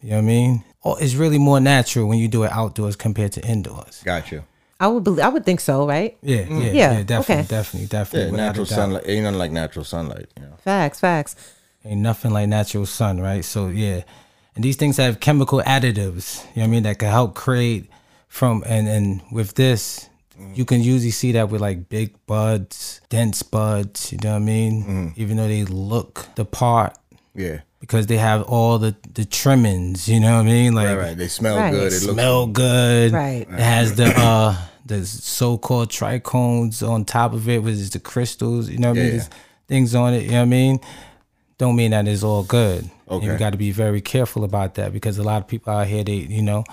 C: You know what I mean? Or it's really more natural when you do it outdoors compared to indoors.
A: Gotcha.
B: i would believe i would think so right
C: Yeah, yeah,
B: Yeah,
C: yeah, definitely,
B: okay.
C: definitely,
A: Mm. Yeah,
C: definitely. without
A: natural
C: a doubt.
A: sunlight. Ain't nothing like natural sunlight. You know.
B: facts facts
C: Ain't nothing like natural sun, right? So yeah, and these things have chemical additives. You know what I mean? That can help create from and and with this, you can usually see that with like big buds, dense buds. You know what I mean?
A: Mm.
C: Even though they look the part
A: Yeah.
C: because they have all the the trimmings. You know what I mean? Like
A: All right. They smell
B: Right.
A: good. It looks.
C: smell good.
B: Right.
C: It has the uh the so-called trichomes on top of it, which is the crystals. You know what I
A: Yeah.
C: mean? There's Things on it. You know what I mean? Don't mean that it's all good. And
A: Okay.
C: You got to be very careful about that because a lot of people out here, they you know,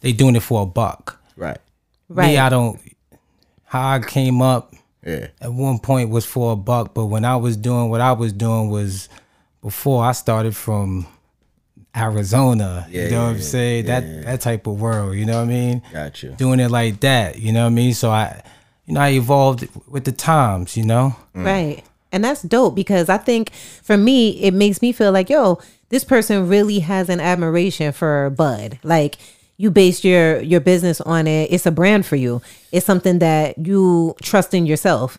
C: they doing it for a buck.
A: Right.
B: right
C: Me, I don't. How I came up
A: Yeah.
C: at one point was for a buck, but when I was doing what I was doing was before I started from Arizona.
A: Yeah,
C: you know
A: yeah,
C: what I'm
A: yeah,
C: saying? that that type of world, you know what I mean?
A: Gotcha.
C: Doing it like that, you know what I mean? So I you know, I evolved with the times, you know?
B: right And that's dope because I think for me, it makes me feel like, yo, this person really has an admiration for Bud. Like you based your your business on it. It's a brand for you. It's something that you trust in yourself.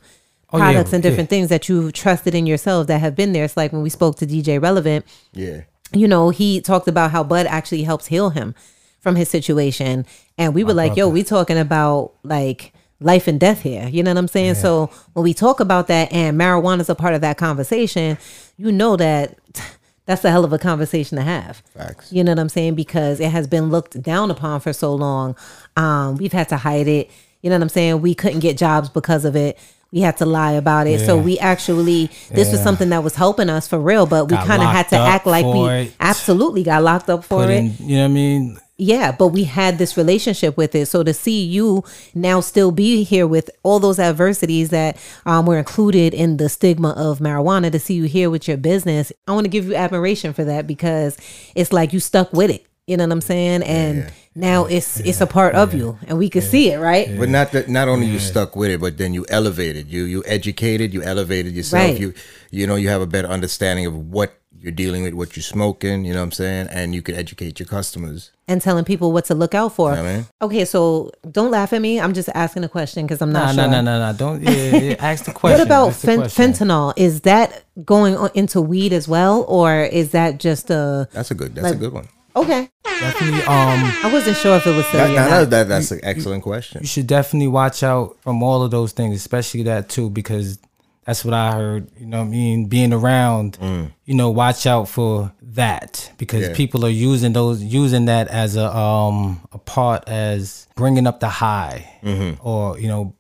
C: Oh, yeah,
B: Products and different
C: yeah.
B: things that you've trusted in yourself that have been there. It's like when we spoke to DJ Relevant,
A: Yeah.
B: you know, he talked about how Bud actually helps heal him from his situation. And we were like, yo, we talking about like life and death here. You know what I'm saying? So when we talk about that and marijuana's a part of that conversation, you know that that's a hell of a conversation to have.
A: Facts.
B: You know what I'm saying? Because it has been looked down upon for so long. Um, we've had to hide it. You know what I'm saying? We couldn't get jobs because of it. We had to lie about it. So
C: Yeah.
B: we actually, this was
C: Yeah.
B: something that was helping us for real, but we
C: Got
B: kind of had
C: locked
B: to
C: up
B: act like we
C: for it.
B: absolutely got locked up for
C: Put
B: it.
C: in, you know what I mean?
B: Yeah, but we had this relationship with it. So to see you now still be here with all those adversities that um, were included in the stigma of marijuana, to see you here with your business, I want to give you admiration for that because it's like you stuck with it. You know what I'm saying? And now it's it's a part of you, and we can see it, right?
A: But not that not only you stuck with it, but then you elevated. You you educated, you elevated yourself.
B: Right.
A: You you know, you have a better understanding of what you're dealing with, what you're smoking, you know what I'm saying? And you can educate your customers.
B: And telling people what to look out for.
A: I mean?
B: Okay, so don't laugh at me. I'm just asking a question because I'm
C: Nah,
B: not
C: nah,
B: sure.
C: nah, nah, nah. Don't yeah, yeah. ask the question.
B: What about
C: ask the
B: fen-
C: question.
B: fentanyl? Is that going on into weed as well, or is that just a
A: That's a good that's a good one.
B: okay?
C: Definitely, um,
B: I wasn't sure if it was
A: That,
B: silly or
A: that-
B: not.
A: that- that's an excellent question.
C: you should definitely watch out from all of those things, especially that too, because that's what I heard. You know, what I mean, being around, you know, watch out for that because
A: Mm. Yeah.
C: people are using those, using that as a um a part as bringing up the high,
A: Mm-hmm.
C: or you know,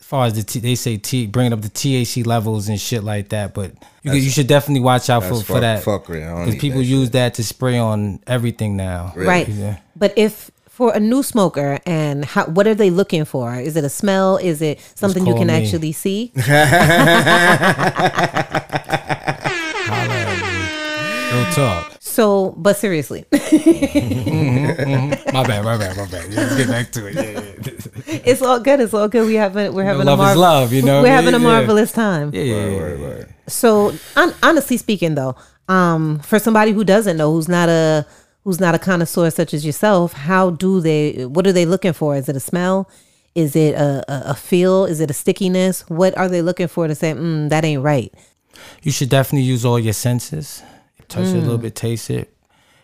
C: as far as the t- they say t bringing up the THC levels and shit like that. But you, could- you should definitely watch out for,
A: That's
C: for that
A: fuckery. I don't
C: because
A: need
C: people
A: that shit.
C: use that to spray on everything now.
B: right.
C: Yeah.
B: But if for a new smoker, and how, what are they looking for? Is it a smell? Is it something you
C: call
B: can
C: me.
B: actually see?
C: Real talk.
B: So, but seriously,
C: My bad, my bad, my bad. Let's get back to it. Yeah, yeah.
B: it's all good. It's all good. We having we're having
C: love
B: a
C: is
B: marv-
C: love, you know?
B: We're having a
C: Yeah.
B: marvelous time.
C: Yeah, yeah, yeah.
B: So, on, honestly speaking, though, um, for somebody who doesn't know, who's not a who's not a connoisseur such as yourself, how do they? What are they looking for? Is it a smell? Is it a, a, a feel? Is it a stickiness? What are they looking for to say mm, that ain't right?
C: You should definitely use all your senses. Touch it a little bit, taste it.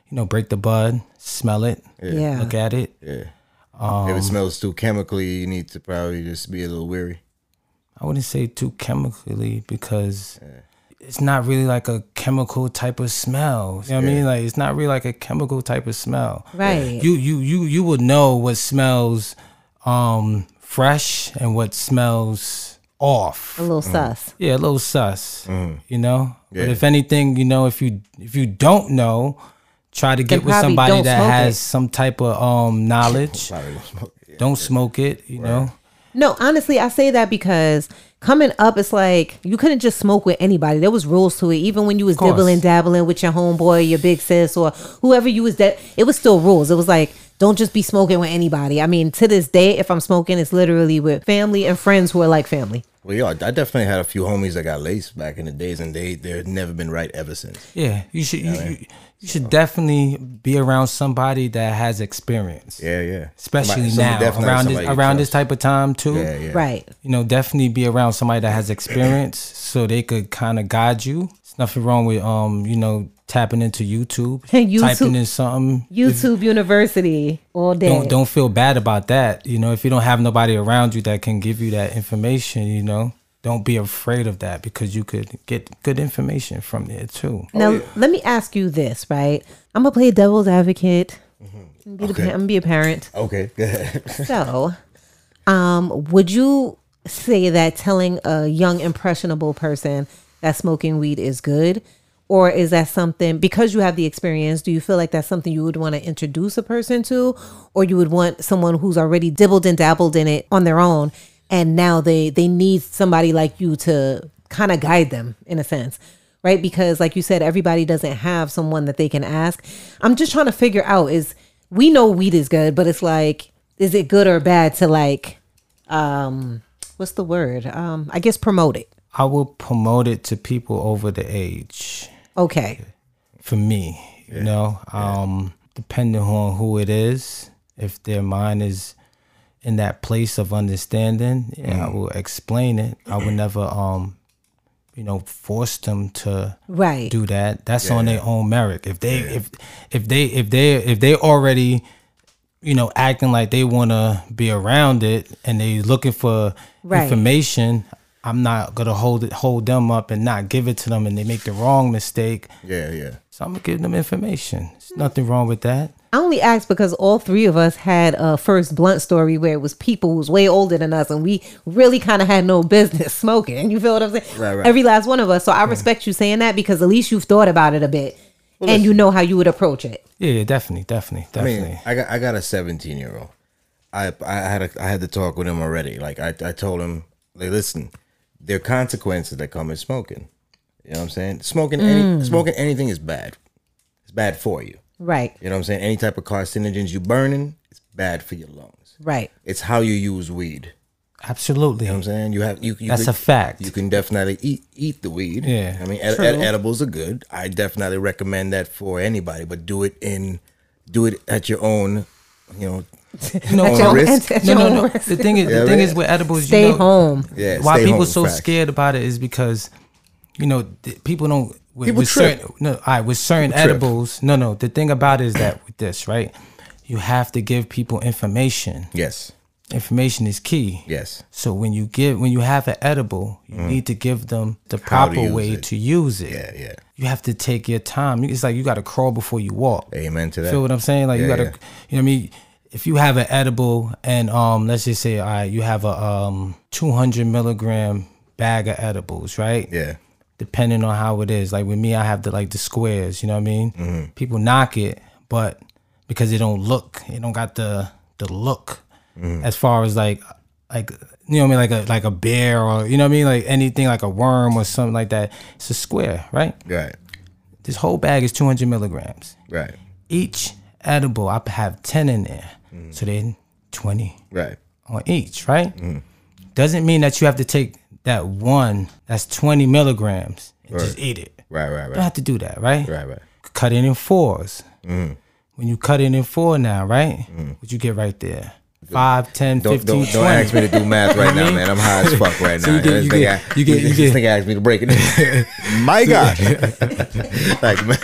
C: You know, break the bud, smell it,
B: Yeah.
C: look at it.
A: if it smells too chemically, you need to probably just be a little weary.
C: I wouldn't say too chemically because it's not really like a chemical type of smell. You know what I mean? Like it's not really like a chemical type of smell.
B: Right.
C: You you you you would know what smells um fresh and what smells off.
B: a little sus.
C: Yeah, a little sus.
A: Mm-hmm.
C: You know, but if anything, you know, if you if you don't know, try to get with
B: probably
C: somebody
B: don't
C: that
B: smoke
C: has
B: it.
C: some type of um knowledge. Don't smoke it. You know,
B: No, honestly, I say that because coming up, it's like you couldn't just smoke with anybody. There was rules to it. Even when you was
C: course.
B: dibbling, dabbling with your homeboy, your big sis, or whoever you was that, it was still rules. It was like don't just be smoking with anybody. I mean, to this day, if I'm smoking, it's literally with family and friends who are like family.
A: Well, yeah, I definitely had a few homies that got laced back in the days, and they they've never been right ever since.
C: yeah. You should you, you, you should definitely be around somebody that has experience.
A: Yeah, yeah.
C: Especially
A: Somebody- somebody-
C: now,
A: definitely
C: around this,
A: somebody you
C: around this
A: trust.
C: type of time too.
A: Yeah, yeah.
B: Right.
C: you know, definitely be around somebody that has experience so they could kind of guide you. There's nothing wrong with, um, you know, tapping into YouTube,
B: YouTube.
C: typing in something.
B: YouTube University all day.
C: Don't don't feel bad about that. You know, if you don't have nobody around you that can give you that information, you know, don't be afraid of that because you could get good information from there too.
B: Now, let me ask you this, right? I'm gonna play devil's advocate.
C: Mm-hmm.
B: Be the
A: Okay.
B: pa- I'm gonna be a parent.
A: Okay, go ahead.
B: So, um, would you say that telling a young impressionable person that smoking weed is good, or is that something because you have the experience? Do you feel like that's something you would want to introduce a person to, or you would want someone who's already dibbled and dabbled in it on their own, and now they they need somebody like you to kind of guide them in a sense? Right, because like you said, everybody doesn't have someone that they can ask. I'm just trying to figure out is we know weed is good, but it's like, is it good or bad to like um what's the word um i guess promote it
C: I would promote it to people over the age
B: Okay.
C: for me. You know, um, depending on who it is, if their mind is in that place of understanding, yeah, I will explain it. I would never, um, you know, force them to
B: Right.
C: do that. That's on their own merit. If they if if they if they if they already you know acting like they want to be around it and they looking for
B: Right.
C: information, I'm not gonna hold it hold them up and not give it to them and they make the wrong mistake.
A: Yeah, yeah.
C: So I'm gonna give them information. There's nothing wrong with that.
B: I only asked because all three of us had a first blunt story where it was people who was way older than us, and we really kind of had no business smoking. You feel what I'm saying?
A: Right, right.
B: Every last one of us. So I respect you saying that because at least you've thought about it a bit, and you know how you would approach it.
C: Yeah, yeah, definitely, definitely,
A: I
C: definitely.
A: mean, I got I got a 17 year old. I I had a, I had to talk with him already. Like I, I told him, like, listen, there are consequences that come with smoking. You know what I'm saying? Smoking any smoking anything is bad. It's bad for you.
B: Right.
A: You know what I'm saying? Any type of carcinogens you burning, it's bad for your lungs.
B: Right.
A: It's how you use weed.
C: Absolutely.
A: You know what I'm saying you have you. you
C: That's
A: can-
C: a fact.
A: You can definitely eat eat the weed.
C: Yeah.
A: I mean ed-
B: True.
A: ed- edibles are good. I definitely recommend that for anybody, but do it in, do it at your own, you know.
C: You know,
A: At
C: um,
A: your risk.
B: at
C: no,
B: your
C: no,
B: own
C: no.
B: risk.
C: The thing is, the
A: Yeah,
C: thing
A: right.
C: is with edibles,
B: Stay
C: you know,
B: home.
A: Yeah,
C: why
A: stay
C: people
A: home,
C: so
A: facts.
C: scared about it is because you know th- people don't with,
A: People
C: with
A: trip.
C: certain no I with certain edibles no no the thing about it is that with this right you have to give people information
A: Yes,
C: information is key
A: yes,
C: so when you give when you have an edible you need to give them the
A: Mm. How to
C: proper
A: use
C: way
A: it.
C: to use it
A: yeah, yeah.
C: you have to take your time it's like you got to crawl before you walk
A: Amen to that.
C: Feel what I'm saying? Like you
A: Yeah,
C: gotta,
A: yeah.
C: you know what I mean? If you have an edible and um, let's just say, all right, you have a um, 200 milligram bag of edibles, right?
A: yeah,
C: Depending on how it is, like with me, I have the like the squares. You know what I mean?
A: Mm-hmm.
C: People knock it, but because it don't look, it don't got the the look
A: Mm-hmm.
C: as far as like like you know what I mean, like a like a bear or you know what I mean, like anything like a worm or something like that. It's a square, right?
A: right,
C: This whole bag is 200 milligrams
A: right,
C: each edible I have 10 in there. So then 20
A: right.
C: on each, right? Doesn't mean that you have to take that one that's 20 milligrams and just eat it.
A: Right, right,
C: You don't
A: right,
C: have to do that, right?
A: right, Mm. right.
C: Cut it in fours. When you cut it in four now, right? What you get right there? 5, 10,
A: Mm. Don't,
C: 15,
A: don't,
C: 20.
A: don't ask me to do math right now, man. I'm high as fuck right now.
C: you get-
A: this
C: you
A: nigga-
C: get- you get- you
A: this
C: get-
A: nigga asked me to break it. My God, like man.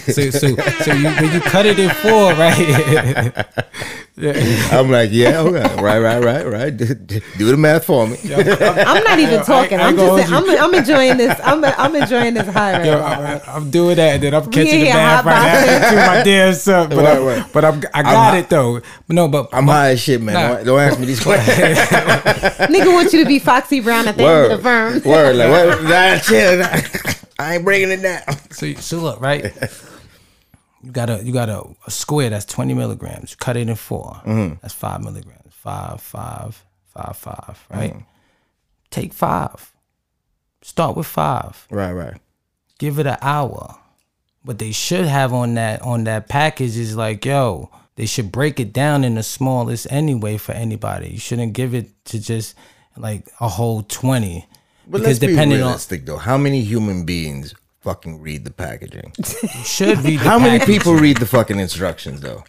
C: So, so, so you, when you cut it in four, right?
A: I'm like, yeah, okay. right, right, right, right. Do the math for me.
B: I'm not even talking. I,
C: I
B: am
C: ain't gonna
B: just. I'm, I'm enjoying this. I'm. I'm enjoying this high right
C: Yo,
B: now.
C: I, am doing that, and then I'm
B: in
C: catching the
B: here
C: bath right after to my damn self. But,
A: Right,
C: I'm,
A: right.
C: but I'm, I got it though. But no, but
A: I'm high as shit, man.
C: Nah.
A: Don't, don't ask me these questions.
B: Nigga wants you to be Foxy Brown at the end of the firm.
A: Word, like, what? Nah, chill. I ain't breaking it down.
C: so, so look right. You got a you got a, a square that's 20 milligrams. You cut it in 4
A: Mm-hmm.
C: That's five milligrams. Five, five, five, five. Right.
A: Mm-hmm.
C: Take five. Start with five.
A: Right, right.
C: give it an hour. What they should have on that on that package is like, yo, they should break it down in the smallest anyway for anybody. You shouldn't give it to just like a whole twenty.
A: But let's be realistic, though. How many human beings fucking read the packaging?
C: on you should read the
A: How many
C: package.
A: people read the fucking instructions, though?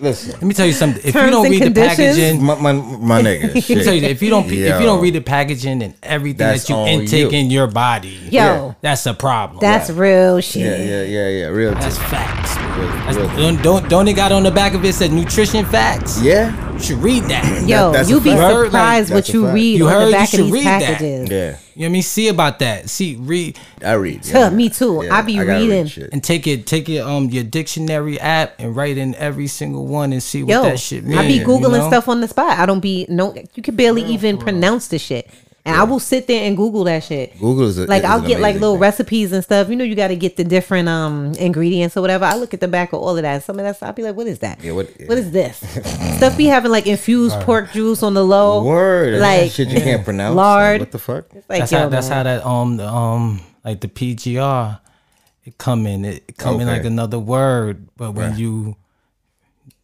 A: Listen,
C: Let me tell you something. If you
B: Terms
C: don't
B: and
C: read the
B: conditions?
C: packaging,
A: my my, my nigga,
C: let me tell you,
A: shit.
C: if you don't if
A: Yo.
C: you don't read the packaging and everything
A: That's
C: that you
A: on
C: intake
A: you.
C: in your body,
B: Yo,
A: Yeah.
C: that's a problem.
B: that's real shit.
A: Yeah, yeah, yeah, yeah. Real
C: That's
A: talk.
C: facts.
A: Real-
C: That's,
A: real-
C: don't, don't don't it got on the back of it said nutrition facts?
A: Yeah,
C: You should read that.
B: Yo,
A: that's a
B: you'd be
A: fact.
C: Heard, like,
B: surprised
A: that's
B: what
A: a
B: you
A: fact.
B: read
C: You
B: on
C: heard,
B: the
C: you
B: back of
C: should
B: these
C: read that.
B: packages.
A: yeah.
C: You know what I mean? See about that. See, read
A: I read.
B: Huh, me too. I be
A: gotta read
B: reading.
A: shit.
C: and take it, take it um your dictionary app and write in every single one and see what
B: Yo,
C: that shit means.
B: I be
C: you
B: googling
C: know?
B: stuff on the spot. I don't be no. You can barely even pronounce the shit, and I will sit there and Google that shit.
A: Google is a,
B: like
A: is
B: I'll
A: an
B: get like
A: amazing
B: little
A: thing.
B: recipes and stuff. You know, you got to get the different um ingredients or whatever. I look at the back of all of that. Some of that, stuff, I'll be like, "What is that?
A: Yeah, what-
B: what is this stuff?" Be having like infused pork juice on the low.
A: Word,
B: like
A: like shit you can't pronounce. Like,
B: lard.
A: what the fuck?
B: it's like,
C: that's
B: yo,
C: how that's
B: man.
C: how that um the, um like the PGR it come in it come in
A: Okay.
C: like another word, but when you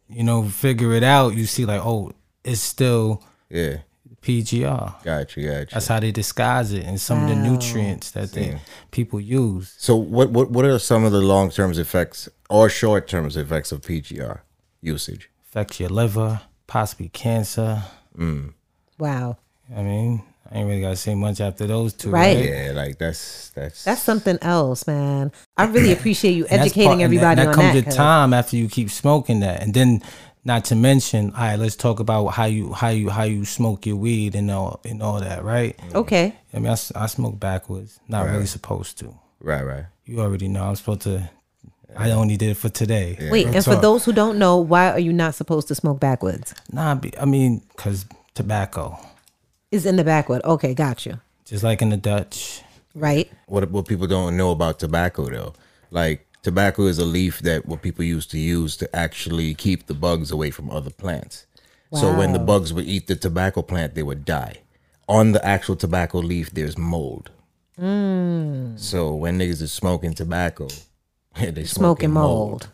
C: you know figure it out, you see like oh it's still
A: Yeah,
C: PGR.
A: Gotcha, gotcha.
C: That's how they disguise it and some of the nutrients that they people use.
A: So what what what are some of the long term effects or short term effects of PGR usage?
C: Affects your liver, possibly cancer.
B: Wow.
C: I mean, I ain't really gotta say much after those two.
B: Right.
C: Right.
A: Yeah, like that's that's
B: That's something else, man. I really appreciate you
C: And that's part-
B: educating
C: and
B: everybody
C: that, that
B: on
C: comes
B: that.
C: with
B: 'cause-
C: time after you keep smoking that, and then not to mention, all right, let's talk about how you how you how you smoke your weed and all and all that, right?
B: Okay.
C: I mean, I, s- I smoke backwards. Not really supposed to.
A: right, right.
C: You already know I'm supposed to. I only did it for today.
B: Wait,
C: Real
B: and for
C: talk.
B: those who don't know, why are you not supposed to smoke backwards?
C: nah, be- I mean, cause tobacco,
B: Is in the backwood. Okay, got you.
C: just like in the Dutch.
B: Right.
A: What what people don't know about tobacco though, like tobacco is a leaf that what people used to use to actually keep the bugs away from other plants. So when the
B: Wow.
A: bugs would eat the tobacco plant, they would die. On the actual tobacco leaf, there's mold.
B: Hmm.
A: So when niggas is smoking tobacco, they smoking,
B: Smoking mold.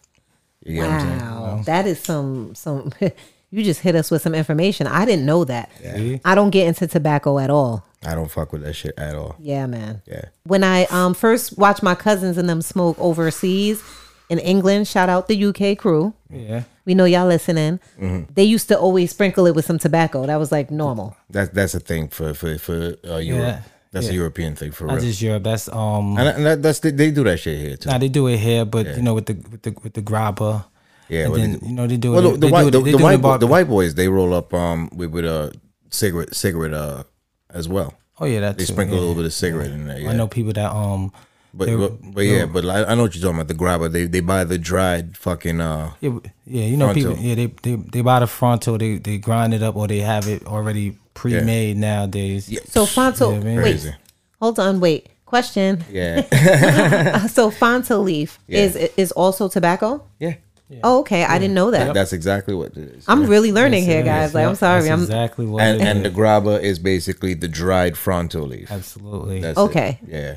A: You get what I'm saying?
B: Wow. That is some some you just hit us with some information. I didn't know that.
C: See?
B: I don't get into tobacco at all.
A: I don't fuck with that shit at all.
B: Yeah, man.
A: Yeah.
B: When I um first watched my cousins and them smoke overseas in England, shout out the UK crew.
C: Yeah.
B: We know y'all listening.
A: Mm-hmm.
B: They used to always sprinkle it with some tobacco. That was like normal.
A: That's that's a thing for for for uh, Europe.
C: Yeah.
A: That's a
C: Yeah.
A: European thing for
C: Not
A: real.
C: just Europe. That's um.
A: and and that, that's they do that shit here too.
C: Now they do it here, but you know with the with the with the grabber.
A: Yeah,
C: and
A: well, they
C: then,
A: do-
C: you know they do it.
A: well, the,
C: they
A: the
C: do
A: white
C: it-
A: the,
C: they
A: the
C: do it
A: white
C: in
A: bo-
C: bar-
A: the white boys they roll up um with, with a cigarette cigarette uh as well.
C: Oh yeah, that's
A: They sprinkle a little bit of cigarette in there. Yeah.
C: I know people that um.
A: but,
C: they-
A: but but yeah, but I, I know what you're talking about. The grabber they they buy the dried fucking uh
C: Yeah, w- yeah, you know people.
A: Fronto.
C: Yeah, they, they they buy the frontal. They they grind it up, or they have it already pre-made nowadays.
A: yeah.
B: So Fonto,
C: Yeah, man.
B: wait,
A: Crazy.
B: hold on, wait. Question.
A: yeah
B: So Fonto leaf is is also tobacco?
A: yeah.
B: Oh, okay. I didn't know that.
A: That's exactly what it is.
B: I'm really learning here,
C: Yes,
B: guys. Like,
C: yeah,
B: I'm sorry.
C: That's
B: I'm
C: exactly what.
A: and
C: it
A: and
C: is.
A: the grabber is basically the dried frontal leaf.
C: absolutely.
A: That's it.
B: Okay.
A: Yeah.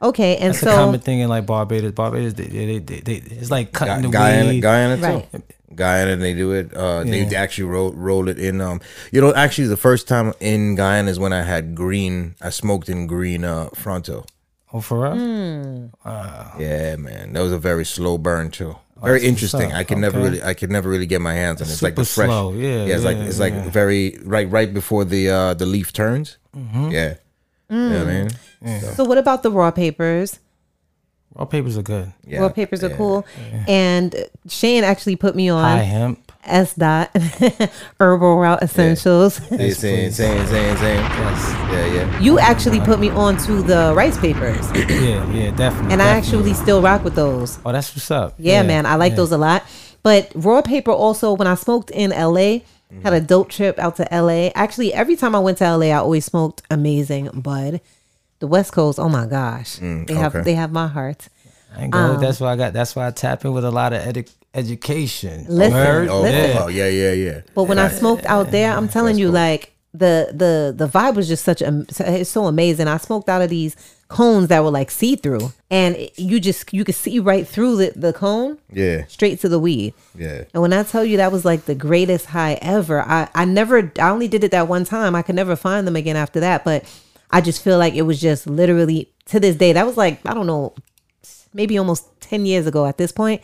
B: okay. And
C: It's a common
B: so,
C: thing in like Barbados. Barbados, they, they, they, they, it's like
A: Guy-
C: cutting the
A: Guyana,
C: weed.
A: Guyana too.
B: Right.
A: Guyana, and they do it. Uh, They
C: Yeah.
A: actually roll roll it in. Um, you know, actually, the first time in Guyana is when I had green. I smoked in green uh, Fronto.
C: Oh, for real?
B: Mm.
C: Oh.
A: Yeah, man, that was a very slow burn too. Very interesting.
C: up.
A: I could never
C: Okay.
A: really, I could never really get my hands on. it. It's like the
C: Super
A: fresh.
C: slow. Yeah,
A: it's like
C: yeah,
A: it's like
C: yeah.
A: very right right before the uh the leaf turns.
C: Mm-hmm.
A: Yeah. You know what I mean?
B: so what about the raw papers?
C: Raw papers are good.
A: Yeah.
B: raw papers are
A: yeah.
B: cool. And Shane actually put me
C: High
B: on
C: hemp.
B: S dot herbal route essentials.
A: Yeah, same, same, same, same.
C: Yes.
A: Yeah, yeah.
B: You actually put me on to the rice papers,
C: Yeah, yeah, definitely.
B: and I
C: definitely.
B: actually still rock with those.
C: Oh, that's what's up.
B: Yeah, man, I like those a lot. But raw paper also when I smoked in LA, had a dope trip out to LA. Actually, every time I went to LA, I always smoked amazing bud. The West Coast, oh my gosh, they
A: okay.
B: have they have my heart.
C: I ain't
B: um,
C: gonna- that's why I got. That's why I tap in with a lot of edu- education.
B: Listen,
C: Word?
A: Oh,
C: yeah.
A: oh, yeah, yeah, yeah.
B: But when I smoked out there, I'm telling you, like the the the vibe was just such a it's so amazing. I smoked out of these cones that were like see through, and it- you just you could see right through the, the cone
A: Yeah.
B: straight to the weed.
A: Yeah.
B: And when I tell you that was like the greatest high ever, I, I never, I only did it that one time. I could never find them again after that. But I just feel like it was just literally to this day, that was like, I don't know, maybe almost 10 years ago at this point.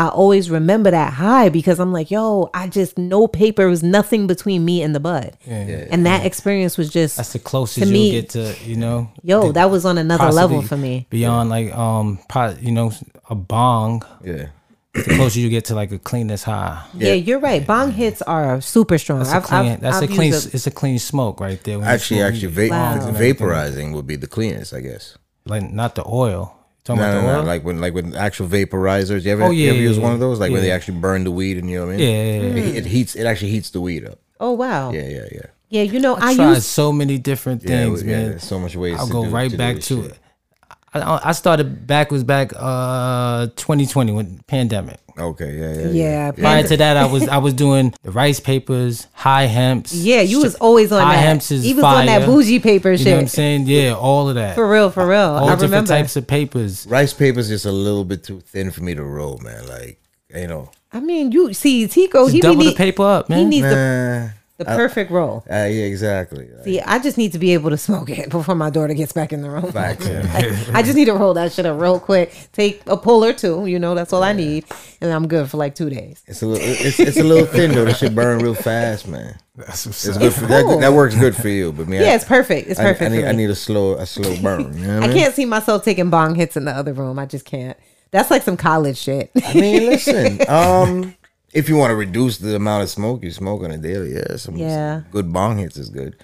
B: I always remember that high because I'm like, yo, I just, no paper was nothing between me and the bud. and that experience was just,
C: That's the closest
B: To
C: you
B: me-
C: get to, you know.
B: yo,
C: the-
B: that was on another level
C: possibly
B: for me.
C: Beyond like um, pro, you know, a bong.
A: Yeah.
C: The closer you get to like a cleanest high.
B: Yeah, you're right. Bong hits are super strong.
C: That's a
B: I've-
C: clean.
B: I've-
C: that's
B: I've
C: a clean.
B: used
C: it's a clean smoke right there. when you
A: Actually,
C: smoke
A: actually, va-
C: weed.
B: Wow.
A: vaporizing would be the cleanest, I guess.
C: like not the oil. You Talking
A: No,
C: about
A: no,
C: the
A: no.
C: oil.
A: Like when, like when actual vaporizers. You ever,
C: Oh,
A: you
C: yeah,
A: ever
C: yeah,
A: use one
C: yeah.
A: of those? Like where they
C: Yeah.
A: actually burn the weed, and you know what I mean?
C: yeah, yeah, yeah.
A: It, it heats. It actually heats the weed up.
B: oh, wow.
A: Yeah, yeah, yeah.
B: Yeah, you know, I,
C: I tried
B: used
C: so many different
A: Yeah,
C: things,
A: yeah,
C: man.
A: there's so much ways.
C: I'll
A: to
C: go
A: do-
C: right
A: to do
C: back
A: this
C: to
A: shit.
C: it. I, I started back was back uh 2020 when pandemic.
A: Okay, yeah, yeah, yeah.
B: Yeah,
C: Prior to that, I was I was doing the rice papers, high hemps.
B: Yeah, you was always on
C: high
B: that.
C: hemps is
B: he was on that
C: fire.
B: bougie paper
C: You
B: shit.
C: know what I'm saying? Yeah, all of that.
B: For real, for real.
C: All
B: I
C: different
B: remember.
C: types of papers.
A: Rice paper's just a little bit too thin for me to roll, man. Like, you know,
B: I mean, you see Tico, he be
C: double the
B: need-
C: paper up,
B: He
C: man.
B: needs the
A: nah,
B: The perfect role.
A: Uh, yeah, exactly. Like,
B: See, I just need to be able to smoke it before my daughter gets back in the room.
A: back to-
B: I just need to roll that shit up real quick. Take a pull or two, you know, that's all I need. And I'm good for like two days.
A: It's a little, it's, it's a little thin though. This shit burn real fast, man.
D: That's what's
A: It's
D: up.
A: good for, that,
B: cool.
A: that works good for you, but me,
B: Yeah,
A: I,
B: it's perfect. It's
A: I,
B: perfect.
A: I, need,
B: for
A: I
B: me.
A: need a slow, a slow burn. You know what
B: I
A: mean?
B: can't see myself taking bong hits in the other room. I just can't. That's like some college shit.
A: I mean, listen. Um, if you want to reduce the amount of smoke you smoke on a daily, yeah, some,
B: Yeah.
A: some good bong hits is good.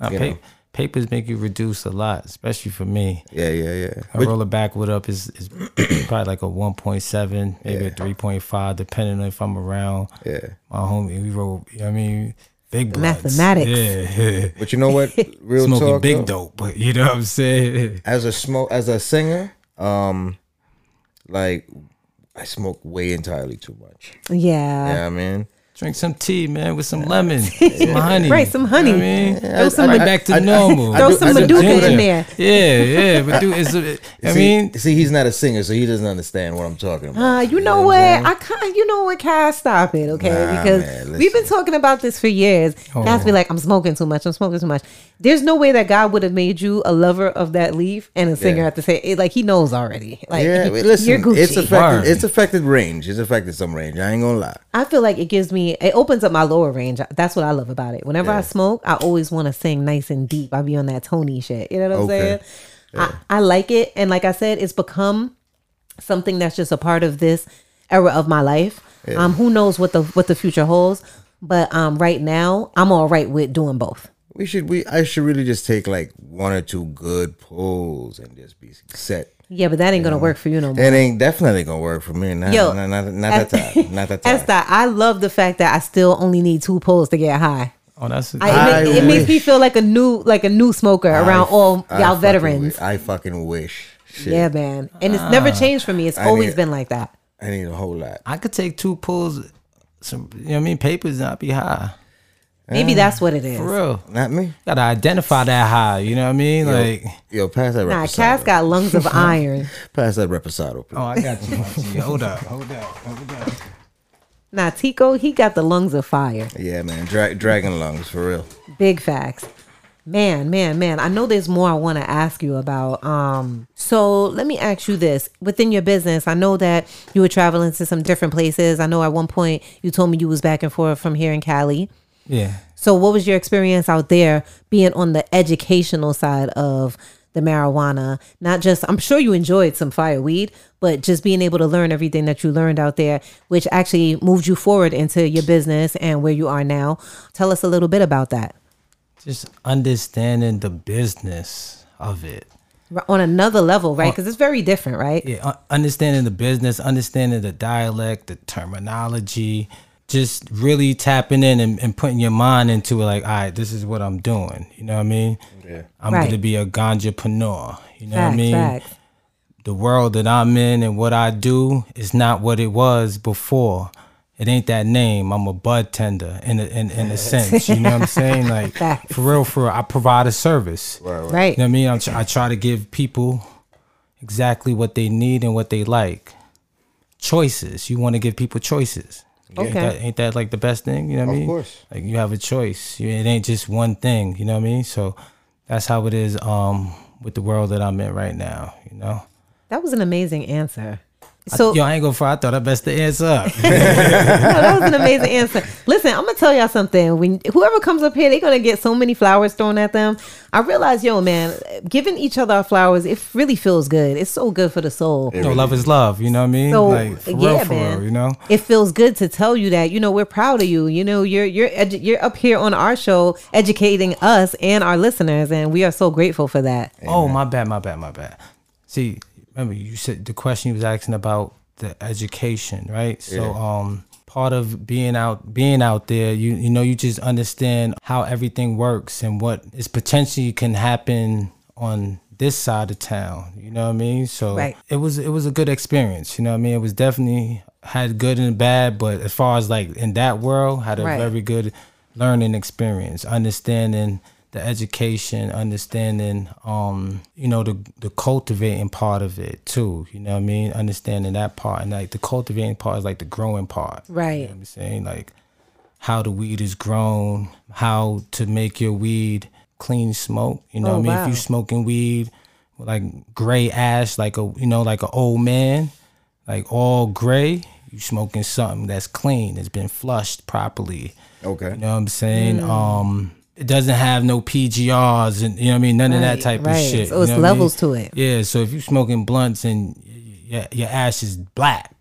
C: Uh,
A: You
C: pa-
A: know.
C: papers make you reduce a lot, especially for me.
A: Yeah, yeah, yeah.
C: I roll it backward up is, is probably like a 1.7, maybe a 3.5, depending on if I'm around.
A: Yeah.
C: My homie, we roll, you know what I mean, big blunts.
B: Mathematics.
C: Yeah.
A: But you know what? Real
C: Smoking
A: talk.
C: big
A: though,
C: dope, you know what I'm saying?
A: as a smoke as a singer, um, like I smoke way entirely too much.
B: Yeah.
A: Yeah, I mean,
C: Drink some tea, man, with some lemon, some honey.
B: Right, some honey.
C: You know what I mean?
A: I-
C: Throw some
A: I- I-
C: back to
A: I- I-
C: normal.
A: I
B: Throw
A: do-
B: some
A: I do-
B: Maduka
A: I do-
B: in there.
C: Yeah, yeah, but dude, it's, it, I
A: See-
C: mean,
A: see, he's not a singer, so he doesn't understand what I'm talking about.
B: Uh, you know what? I can't. You know what, Kai? Stop it, okay?
A: Nah,
B: because
A: man,
B: we've been
A: listen. Oh.
B: talking about this for years. Guys be like, "I'm smoking too much. I'm smoking too much." There's no way that God would have made you a lover of that leaf and a singer
A: Yeah.
B: at the same. It, like He knows already. Like,
A: yeah,
B: he-
A: but listen,
B: you're Gucci.
A: it's
C: Word.
A: affected. It's affected range. It's affected some range. I ain't gonna lie.
B: I feel like it gives me. It opens up my lower range. That's what I love about it. Whenever I
A: Yeah.
B: smoke, I always want to sing nice and deep. I be on that Tony shit. You know what I'm
A: Okay.
B: saying? I, I like it, and like I said, it's become something that's just a part of this era of my life. Um, who knows what the what the future holds? But um, right now, I'm all right with doing both.
A: We should. We. I should really just take like one or two good pulls and just be set.
B: Yeah, but that ain't gonna work for you no more.
A: It ain't definitely gonna work for me. Not,
B: Yo,
A: not, not, Eh, not that time. Not that time.
B: Esther, I love the fact that I still only need two pulls to get high.
C: oh, that's
B: I, it, ma-
A: I
B: it makes
A: wish-
B: me feel like a new like a new smoker around
A: I-
B: all
A: I
B: y'all
A: fucking
B: veterans.
A: wi- I fucking wish. Shit. Ah.
B: Yeah, man. And it's never changed for me. It's always
A: mean-
B: been like that.
A: I need a whole lot.
C: I could take two pulls, some, you know what I mean, papers, and I'd be high.
B: Maybe that's what it is.
C: For real.
A: Not me.
C: Gotta identify that high, you know what I mean? Like,
A: Yo, pass that
B: Nah,
A: reposado.
B: Cass got lungs of iron.
A: pass that reposado, please.
C: oh, I got you. my G. Hold up, hold up, hold up.
B: Nah, Tico, he got the lungs of fire.
A: Yeah, man. Dra- dragon lungs for real.
B: Big facts. Man, man, man. I know there's more I want to ask you about. Um, so let me ask you this. Within your business, I know that you were traveling to some different places. I know at one point you told me you was back and forth from here in Cali.
C: Yeah.
B: So what was your experience out there being on the educational side of the marijuana? Not just I'm sure you enjoyed some fire weed, but just being able to learn everything that you learned out there, which actually moved you forward into your business and where you are now. Tell us a little bit about that.
C: Just understanding the business of it.
B: R- On another level, right? Because it's very different, right?
C: Oh. Yeah, un- understanding the business, understanding the dialect, the terminology, just really tapping in and, and putting your mind into it. Like, all right, this is what I'm doing. You know what I mean? Yeah. I'm
B: Right.
C: gonna be a ganjapreneur. You know what I
B: Facts,
C: mean?
B: facts.
C: the world that I'm in and what I do is not what it was before. It ain't that name. I'm a bud tender in a, in, in a sense. You know what I'm saying? Like
B: Facts.
C: for real, for real, I provide a service.
B: Right.
C: You know what I mean? I, tr- I try to give people exactly what they need and what they like. Choices. You want to give people choices.
B: Okay.
C: Ain't that, ain't that like the best thing? You know what I mean?
A: course.
C: Like you have a choice. You, it ain't just one thing. You know what I mean? So that's how it is um, with the world that I'm in right now. You know.
B: That was an amazing answer. So
C: Yo, I ain't gonna fry. I thought I best to answer up.
B: No, that was an amazing answer. Listen, I'm gonna tell y'all something. When whoever comes up here, they're gonna get so many flowers thrown at them. I realize, yo, man, giving each other our flowers, it really feels good. It's so good for the soul.
C: no, love is love. You know what I mean?
B: So
C: like, for
B: yeah,
C: real, for
B: man.
C: real. You know.
B: It feels good to tell you that you know we're proud of you. You know you're you're edu- you're up here on our show educating us and our listeners, and we are so grateful for that.
C: Oh, my bad, my bad, my bad. See, remember you said the question you was asking about the education, right? So, um, part of being out being out there, you you know, you just understand how everything works and what is potentially can happen on this side of town. You know what I mean? So
B: Right.
C: it was it was a good experience. You know what I mean? It was definitely had good and bad, but as far as like in that world, had a
B: Right.
C: very good learning experience, understanding the education, understanding um, you know, the the cultivating part of it too. You know what I mean? Understanding that part and like the cultivating part is like the growing part. You know
B: Right.
C: what I'm saying? Like how the weed is grown, how to make your weed clean smoke. You know,
B: Oh,
C: what I mean,
B: wow.
C: if you smoking weed like gray ash, like a you know, like an old man, like all gray, you smoking something that's clean, it's been flushed properly.
A: Okay.
C: You know what I'm saying?
B: Mm.
C: Um, it doesn't have no PGRs and you know what I mean, none of that
B: Right,
C: type
B: right.
C: of shit.
B: So
C: you
B: it's
C: know what I mean?
B: levels to it.
C: Yeah, so if you smoking blunts and y- y- your your ash is black,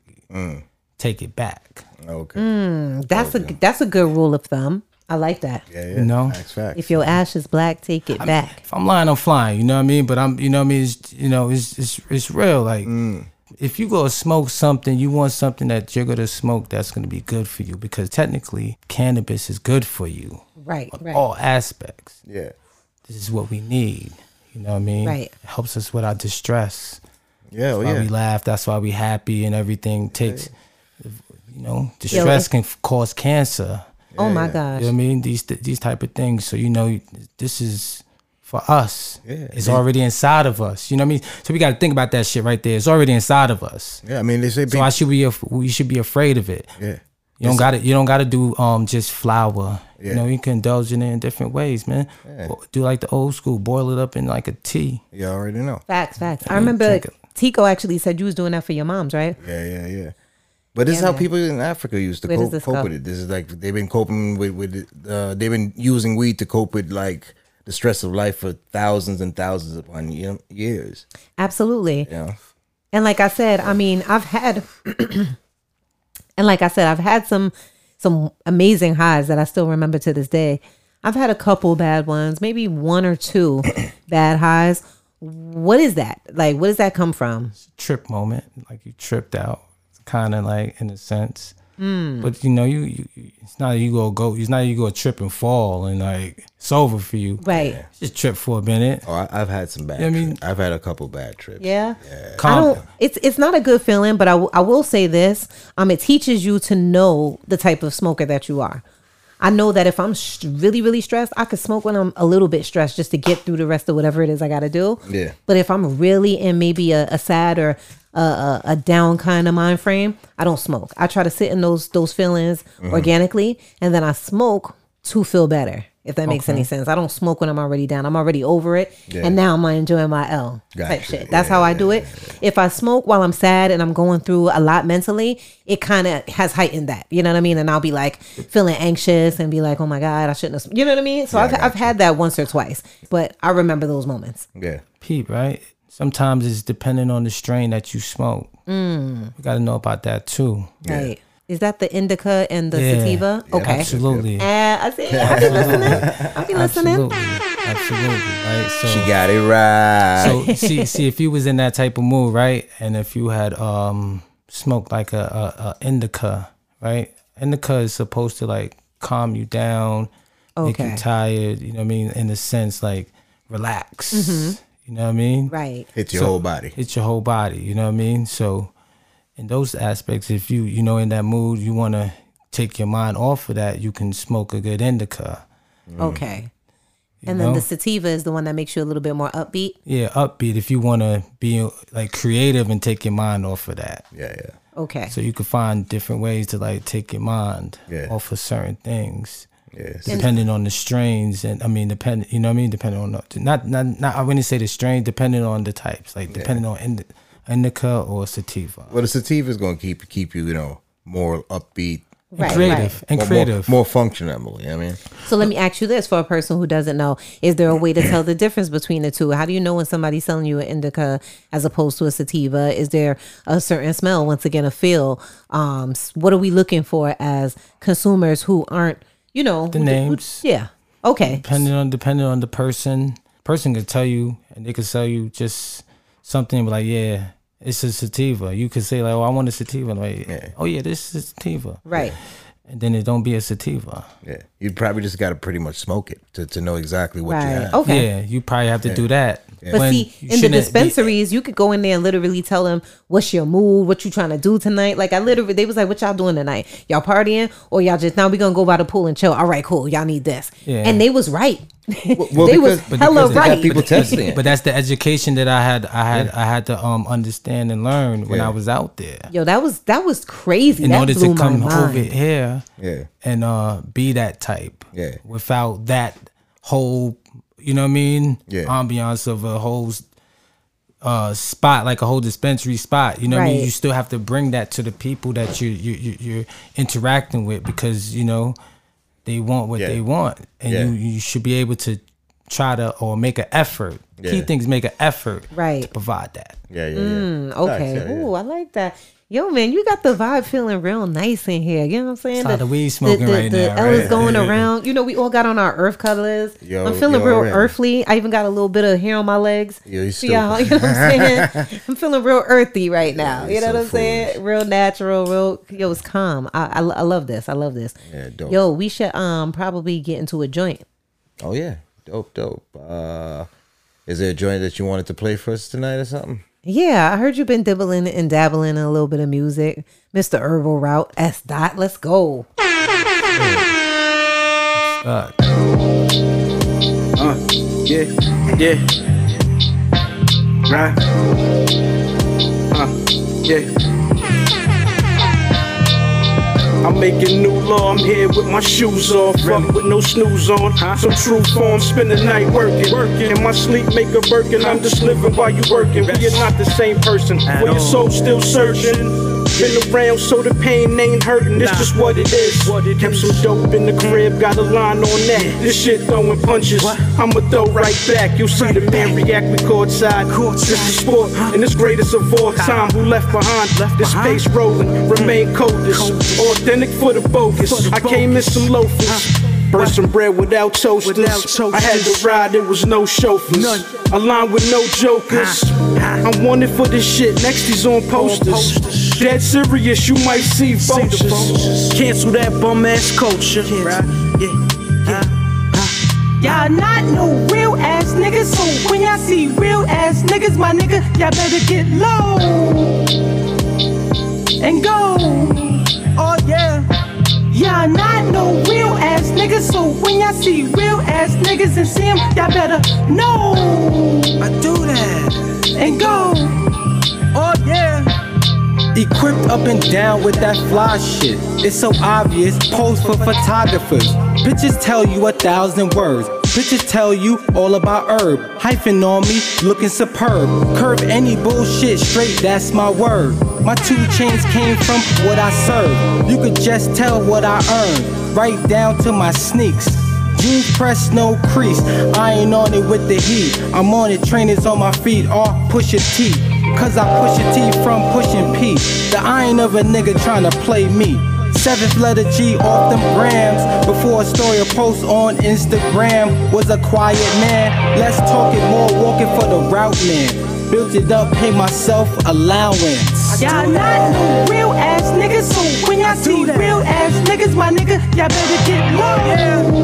C: take it back.
A: Okay.
B: Mm. That's a that's a good rule of thumb. I like that.
A: Yeah, yeah.
C: You know?
A: Facts, facts.
B: If your ash is black, take it back.
C: If I'm lying, I'm flying. You know what I mean? But I'm, you know what I mean? It's, you know, it's it's it's real. Like,
A: Mm.
C: if you go to smoke something, you want something that you're gonna smoke that's gonna be good for you because technically, cannabis is good for you,
B: Right, right.
C: all aspects.
A: yeah.
C: This is what we need. You know what I mean?
B: Right.
C: It helps us with our distress.
A: Yeah, oh,
C: Why we
A: yeah.
C: laugh. That's why we happy and everything takes. You know, distress
B: if-
C: can f- cause cancer.
B: oh my
C: You
B: gosh.
C: know what I mean? These th- these type of things. So you know, this is for us.
A: Yeah.
C: It's already inside of us. You know what I mean? So we got to think about that shit right there. It's already inside of us.
A: Yeah, I mean, they say
C: So
A: people.
C: why should we? Af- we should be afraid of it.
A: yeah.
C: You don't got to. You don't got to do um just flour.
A: Yeah.
C: You know, you can indulge in it in different ways, man. Do like the old school, boil it up in like a tea.
A: You already know.
B: Facts, facts. I remember
C: take it.
B: Tico actually said you was doing that for your moms, right?
A: Yeah, yeah, yeah. But this is
B: Yeah,
A: how
B: man.
A: people in Africa used to
B: Where does
A: cope,
B: this
A: cope
B: go?
A: with it. This is like they've been coping with with it, uh, they've been using weed to cope with like the stress of life for thousands and thousands upon ye- years.
B: Absolutely.
A: Yeah,
B: And like I said, I mean, I've had and like I said, I've had some some amazing highs that I still remember to this day. I've had a couple bad ones, maybe one or two bad highs. What is that? Like what does that come from?
C: trip moment, like you tripped out, kind of like in a sense.
A: Hmm.
C: But you know, you, you you- it's not that you go go. It's not that you go trip and fall and like it's over for you.
B: Right.
C: Just trip for a minute.
A: oh, I, I've had some bad.
C: I mean-
A: trips. I've had a couple bad trips.
B: Yeah. I
C: Calm.
B: don't. It's it's not a good feeling, but I, w- I will say this. Um, it teaches you to know the type of smoker that you are. I know that if I'm sh- really really stressed, I could smoke when I'm a little bit stressed just to get through the rest of whatever it is I got to do.
A: Yeah.
B: But if I'm really in maybe a, a sad or a, a, a down kind of mind frame, I don't smoke. I try to sit in those those feelings organically, and then I smoke to feel better. If that makes any sense, I don't smoke when I'm already down. I'm already over it, and now I'm enjoying my L type
A: Gotcha.
B: shit. That's
A: Yeah,
B: how I do it. If I smoke while I'm sad and I'm going through a lot mentally, it kind of has heightened that. You know what I mean? And I'll be like feeling anxious and be like, oh my God, I shouldn't have. sm-" You know what I mean? So I've, I've had that once or twice, but I remember those moments.
A: yeah,
C: peep, right? Sometimes it's dependent on the strain that you smoke. Mm. You got to know about that too.
B: Right. Is that the indica and the
C: Yeah.
B: sativa? Okay.
C: Absolutely.
B: Uh, I see. I'll be listening. I'll be listening.
C: Absolutely. Absolutely. Right. So,
A: she got it right.
C: so see, see, if you was in that type of mood, right, and if you had um smoked like a, a, a indica, right? Indica is supposed to like calm you down, make
B: Okay.
C: you tired. You know what I mean? In a sense, like relax.
B: Mm-hmm.
C: You know what I mean?
B: Right.
A: Hit your whole body.
C: It's your whole body. You know what I mean? So, in those aspects, if you you know in that mood, you want to take your mind off of that, you can smoke a good indica.
A: Mm.
B: Okay. And then
C: know?
B: the sativa is the one that makes you a little bit more upbeat.
C: Yeah, upbeat. If you want to be like creative and take your mind off of that,
A: Yeah, yeah.
B: Okay.
C: so you can find different ways to like take your mind
A: Yeah.
C: off of certain things.
A: Yes.
C: Depending on the strains, and I mean, depending, you know, what I mean, depending on the, not, not, not. I wouldn't say the strain, depending on the types, like depending on indi- indica or sativa.
A: Well, the sativa is gonna keep keep you, you know, more upbeat,
B: right.
C: creative
B: Right.
C: and
A: more-
C: creative.
A: more, more functional. You know what I mean,
B: So let me ask you this for a person who doesn't know, is there a way to tell the difference between the two? How do you know when somebody's selling you an indica as opposed to a sativa? Is there a certain smell, once again, a feel? Um, s- what are we looking for as consumers who aren't, you know, the
C: names.
B: yeah. Okay.
C: depending on depending on the person person could tell you and they could sell you just something but like yeah it's a sativa you could say like oh i want a sativa like oh yeah this is a sativa
B: Right.
C: and then it don't be a sativa
A: yeah, you probably just got to pretty much smoke it to, to know exactly what you
B: Right.
A: have.
B: Okay.
C: yeah you probably have to do that
B: But
C: When
B: see,
C: you
B: in the
C: shouldn't be-
B: dispensaries, you could go in there and literally tell them what's your mood, what you trying to do tonight. Like I literally, they was like, "What y'all doing tonight? Y'all partying, or y'all just now we gonna go by the pool and chill? All right, cool. Y'all need this."
C: Yeah.
B: And they was right.
A: well,
B: they was
A: because- but
B: hella
A: because they got
B: right.
A: people testing it.
C: but that's the education that i had i had i had to um understand and learn when
A: Yeah.
C: i was out there
B: Yo, that was that was crazy.
C: in
B: that
C: order
B: blew
C: to come
B: my mind.
C: over here
A: Yeah.
C: and uh be that type.
A: Yeah.
C: Without that whole you know what I mean?
A: Yeah.
C: Ambiance of a whole uh spot, like a whole dispensary spot. You know what I mean?
B: Right.
C: You still have to bring that to the people that you you, you you're interacting with because, you know, they want what
A: Yeah.
C: they want. And
A: Yeah.
C: you, you should be able to try to or make an effort. Key
A: Yeah.
C: things make an effort
B: Right.
C: to provide that.
A: Yeah, yeah, yeah.
B: Mm, okay.
A: Facts, yeah, yeah.
B: Ooh, I like that. Yo, man, you got the vibe feeling real nice in here. You know what I'm saying?
C: It's like the weed smoking
B: the,
C: right
B: the
C: now,
B: L's
C: right?
B: going around. You know, we all got on our earth colors.
A: Yo,
B: I'm feeling
A: yo,
B: real
A: already.
B: earthly. I even got a little bit of hair on my legs.
A: Yo, you
B: See y'all, you know what I'm saying? I'm feeling real earthy right now.
A: you
B: you know
A: so
B: what I'm saying?
A: foolish.
B: Real natural, real. Yo, it's calm. I, I, I love this. I love this.
A: Yeah, dope.
B: Yo, we should um probably get into a joint.
A: Oh yeah, dope, dope. Uh, is there a joint that you wanted to play for us tonight or something?
B: Yeah, I heard you've been dibbling and dabbling in a little bit of music. Mr. Herbal Route S. Dot, let's go.
C: Uh,
D: Uh, yeah, yeah. Right. Uh, yeah. I'm making new law, I'm here with my shoes off, fuck with no snooze on. Some true form, spend the night working. In my sleep, make a Birkin, I'm just living while you working. We are not the same person,
E: At
D: when
E: all.
D: your soul still searching. Been around so the pain ain't hurting, it's
E: Nah.
D: just what it is.
E: What it
D: Kept
E: is.
D: some dope in the crib, got a line on that. This shit throwing punches. I'ma throw right back. You'll see the man react. We courtside. This is sport, and it's greatest of all time. Who left behind? this
E: behind.
D: space rolling, remain coldest. Authentic for the bogus.
E: For the
D: I came in
E: bogus.
D: some loafers. Burst some bread without toasters.
E: Without toasters.
D: I had to ride, there was no chauffeurs.
E: None.
D: A line with no jokers.
E: Huh. Huh.
D: I'm wanted for this shit. Next, he's on posters.
E: posters.
D: Dead serious, you might see
E: See the
D: vultures.
E: vultures. Cancel that bum ass culture. Right? Yeah. yeah.
F: Y'all not no real ass niggas, so when y'all see real ass niggas, my nigga, y'all better get low and go.
E: Oh yeah.
F: Y'all not no real ass niggas, so when y'all see real ass niggas and see 'em, y'all better know
E: I do that.
F: and go.
E: Oh yeah.
G: Equipped up and down with that fly shit. It's so obvious, pose for photographers. Bitches tell you a thousand words. Bitches tell you all about herb. Hyphen on me, looking superb. Curve any bullshit straight, that's my word. My two chains came from what I serve. You could just tell what I earn, right down to my sneaks. Jeans press, no crease. I ain't on it with the heat. I'm on it, trainers on my feet, all push a T. Cause I push a T from pushing P. The iron of a nigga tryna play me. Seventh letter G off them grams. Before a story or post on Instagram was a quiet man. Let's talk it more, walking for the route man. Built it up, pay myself allowance.
F: Y'all not no real ass niggas, so when y'all see
E: that.
F: real ass niggas, my nigga, y'all better get low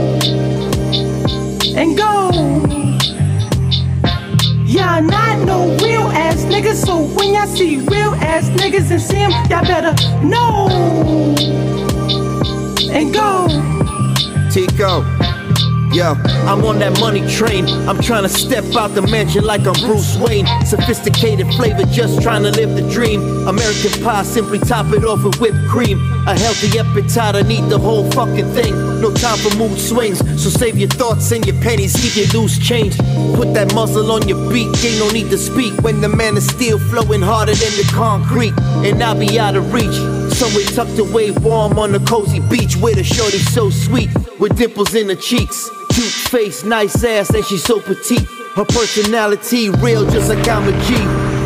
F: and go. Y'all not no real ass niggas, so when y'all see real ass niggas and see 'em, y'all better know and go.
H: Tico. Yo, I'm on that money train. I'm tryna step out the mansion like I'm Bruce Wayne. Sophisticated flavor, just tryna live the dream. American pie, simply top it off with whipped cream. A healthy appetite, I need the whole fucking thing. No time for mood swings, so save your thoughts and your pennies, keep your loose change. Put that muzzle on your beak, ain't no need to speak when the man is still flowing harder than the concrete. And I'll be out of reach. Somewhere tucked away warm on a cozy beach with a shorty so sweet with dimples in her cheeks. Cute face, nice ass, and she's so petite. Her personality real just like I'm a G.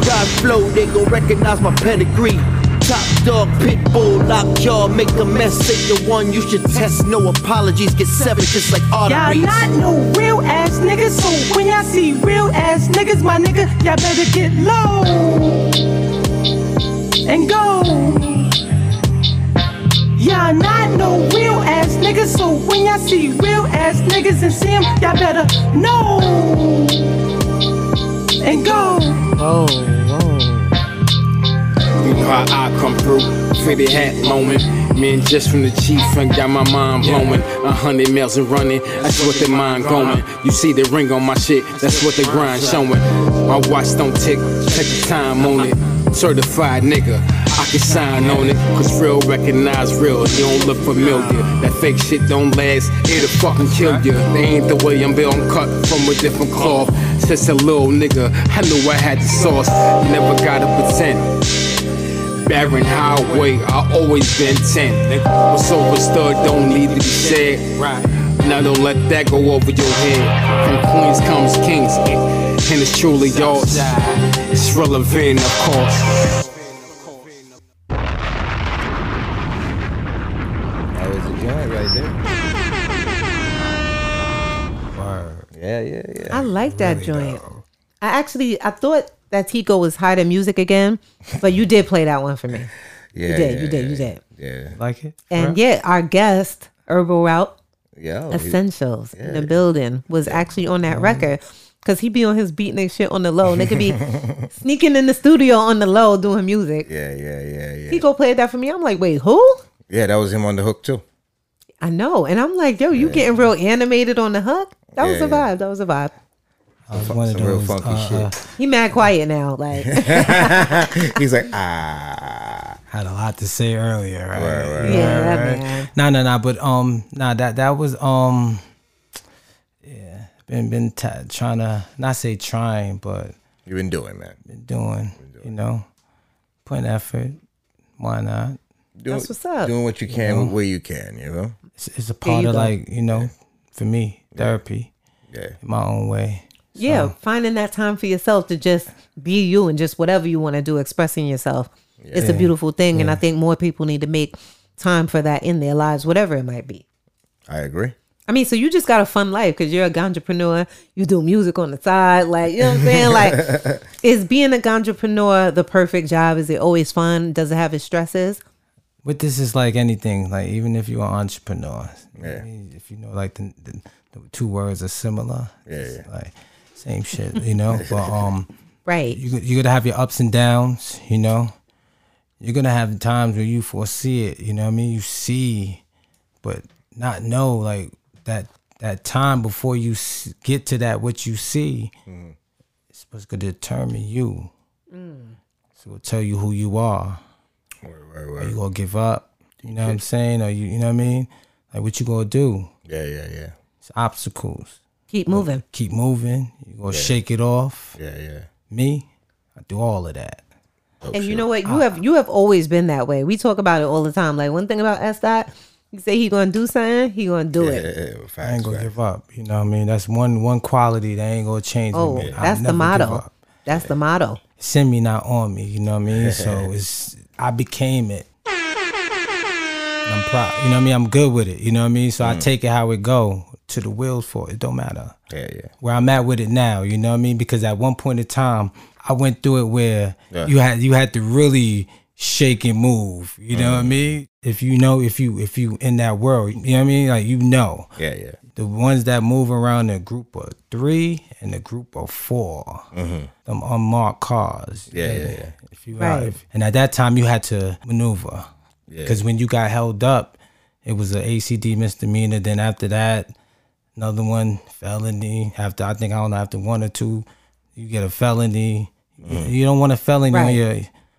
H: God flow, they gon' recognize my pedigree. Top dog, pit bull, lockjaw, make a mess. Ain't the one you should test. No apologies, get seven just like
F: Y'all
H: arteries.
F: not no real ass niggas, so when y'all see real ass niggas, my nigga, y'all better get low and go. Y'all not no real ass niggas, so when y'all see real ass niggas and see 'em, y'all better know and go.
B: Whoa, whoa.
D: You know how I come through, fitted hat moment. Men just from the chief and got my mind blowing. A hundred miles and running, that's what their mind going. You see the ring on my shit, that's what the grind showing. My watch don't tick, take the time on it. Certified nigga, I
I: could sign on it. Cause real recognize real, and you don't look familiar. That fake shit don't last, it'll fucking kill you. They ain't the way I'm built, I'm cut from a different cloth. Since a little nigga, I knew I had the sauce. Never gotta pretend. Barren highway, I always been 10. What's overstood don't need to be said. Now don't let that go over your head. From queens comes kings, and and it's truly yours. It's relevant, of course.
A: That was a joint right there. Yeah, yeah, yeah.
B: I like that joint. I actually I thought that Tico was high to music again, but you did play that one for me.
A: yeah,
B: You did,
A: yeah,
B: you did, you
A: yeah,
B: did.
A: Yeah,
C: Like it?
B: And yeah, our guest, Herbal Route
A: yeah. oh, he-
B: Essentials in the building was actually on that record. Cause he be on his beatnik shit on the low. And they could be sneaking in the studio on the low doing music.
A: Yeah, yeah, yeah, yeah.
B: Tico played that for me. I'm like, wait, who?
A: Yeah, that was him on the hook too.
B: I know. And I'm like, yo, you getting real animated on the hook? That was a
A: Yeah, yeah.
B: vibe. That was a vibe.
C: I was one of
A: Some real
C: those,
A: funky
C: uh, uh,
A: shit.
B: He mad quiet now. Like
A: He's like, ah,
C: had a lot to say earlier, right?
A: Right,
B: Yeah, that man.
C: Nah, nah, nah. But um, nah, that that was um, yeah, been been t- trying to not say trying, but
A: you've been doing, man.
C: been doing, you know, putting effort. Why not?
A: Doing,
B: That's what's up.
A: Doing what you can with where you can, you know.
C: It's, it's a part
B: you
C: of
B: go.
C: like you know, for me, therapy,
A: Yeah,
C: in my own way.
B: Yeah, finding that time for yourself to just be you and just whatever you want to do, expressing yourself. It's a beautiful thing. And I think more people need to make time for that in their lives, whatever it might be.
A: I agree.
B: I mean, so you just got a fun life because you're a entrepreneur. You do music on the side, like you know what I'm saying. Like, is being a entrepreneur the perfect job? Is it always fun? Does it have its stresses?
C: But this is like anything, like even if you're an entrepreneur,
A: Yeah.
C: if you know like the, the, the two words are similar, it's
A: yeah.
C: like same shit, you know. but um,
B: Right.
C: you, you're gonna have your ups and downs you know you're gonna have times where you foresee it you know what i mean you see but not know like that that time before you s- get to that what you see
A: Mm-hmm.
C: it's what's gonna determine you so it'll tell you who you are
A: Mm. Word, word,
C: are
A: word.
C: you gonna give up you know what i'm saying or you you know what i mean like what you gonna do
A: Yeah, yeah, yeah,
C: it's obstacles
B: Keep moving.
C: keep moving you gonna shake it off
A: yeah, yeah.
C: me i do all of that
B: and you know what? You have you have always been that way. We talk about it all the time. Like one thing about S dot, you say he gonna do something, he gonna do
A: Yeah,
B: it.
A: yeah, yeah.
C: I ain't
A: Facts,
C: gonna
A: facts.
C: give up. You know what I mean? That's one one quality that ain't gonna change. with
B: Oh,
C: me. I'll
B: that's
C: never
B: the
C: give
B: motto.
C: up.
B: That's the motto.
C: Send me not on me. You know what I mean? so it's I became it. And I'm proud. You know what I mean? I'm good with it. You know what I mean? So
B: Mm.
C: I take it how it go to the wheels for it. It Don't matter
A: Yeah, yeah.
C: where I'm at with it now. You know what I mean? Because at one point in time, I went through it where
A: Yeah.
C: you had you had to really shake and move. You know
B: Mm.
C: what I mean? If you know if you if you in that world, you know what I mean? Like you know
A: Yeah, yeah.
C: the ones that move around a group of three and a group of 4 them unmarked cars.
A: Mm-hmm. Yeah, yeah, yeah.
C: If you
B: Right.
C: out, if, and at that time you had to maneuver because when you got held up, it was an ACD misdemeanor. Then after that, another one felony. After I think I don't know after one or two, you get a felony. You-
A: Mm-hmm.
C: You don't want a felony
B: Right.
C: on your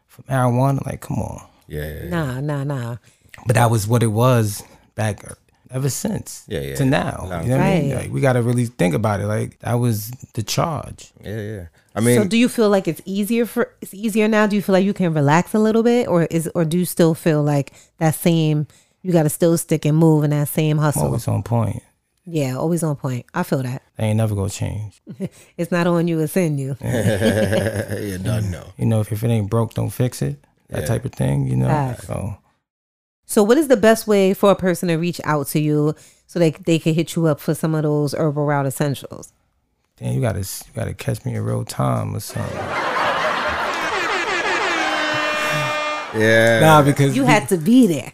C: for marijuana. Like, come on.
A: Yeah, yeah, yeah.
B: Nah, nah, nah.
C: But that was what it was back ever since.
A: Yeah, yeah,
C: To
A: yeah.
C: now.
A: Long
C: You know what I mean?
B: Right.
C: Like, we gotta really think about it. Like that was the charge.
A: yeah, yeah. I mean,
B: so do you feel like it's easier for it's easier now? Do you feel like you can relax a little bit, or is or do you still feel like that same? You got to still stick and move in that same
C: I'm
B: hustle.
C: always on point.
B: Yeah, always on point. I feel that
C: They ain't never gonna change.
B: it's not on you; it's in you.
A: yeah, no, no.
C: You know, if, if it ain't broke, don't fix it. That
A: Yeah.
C: type of thing, you know.
B: Facts.
C: So
B: So, what is the best way for a person to reach out to you so they they can hit you up for some of those herbal route essentials?
C: Damn, you gotta you gotta catch me in real time or something.
A: Yeah,
C: Nah, because
B: You had to be there.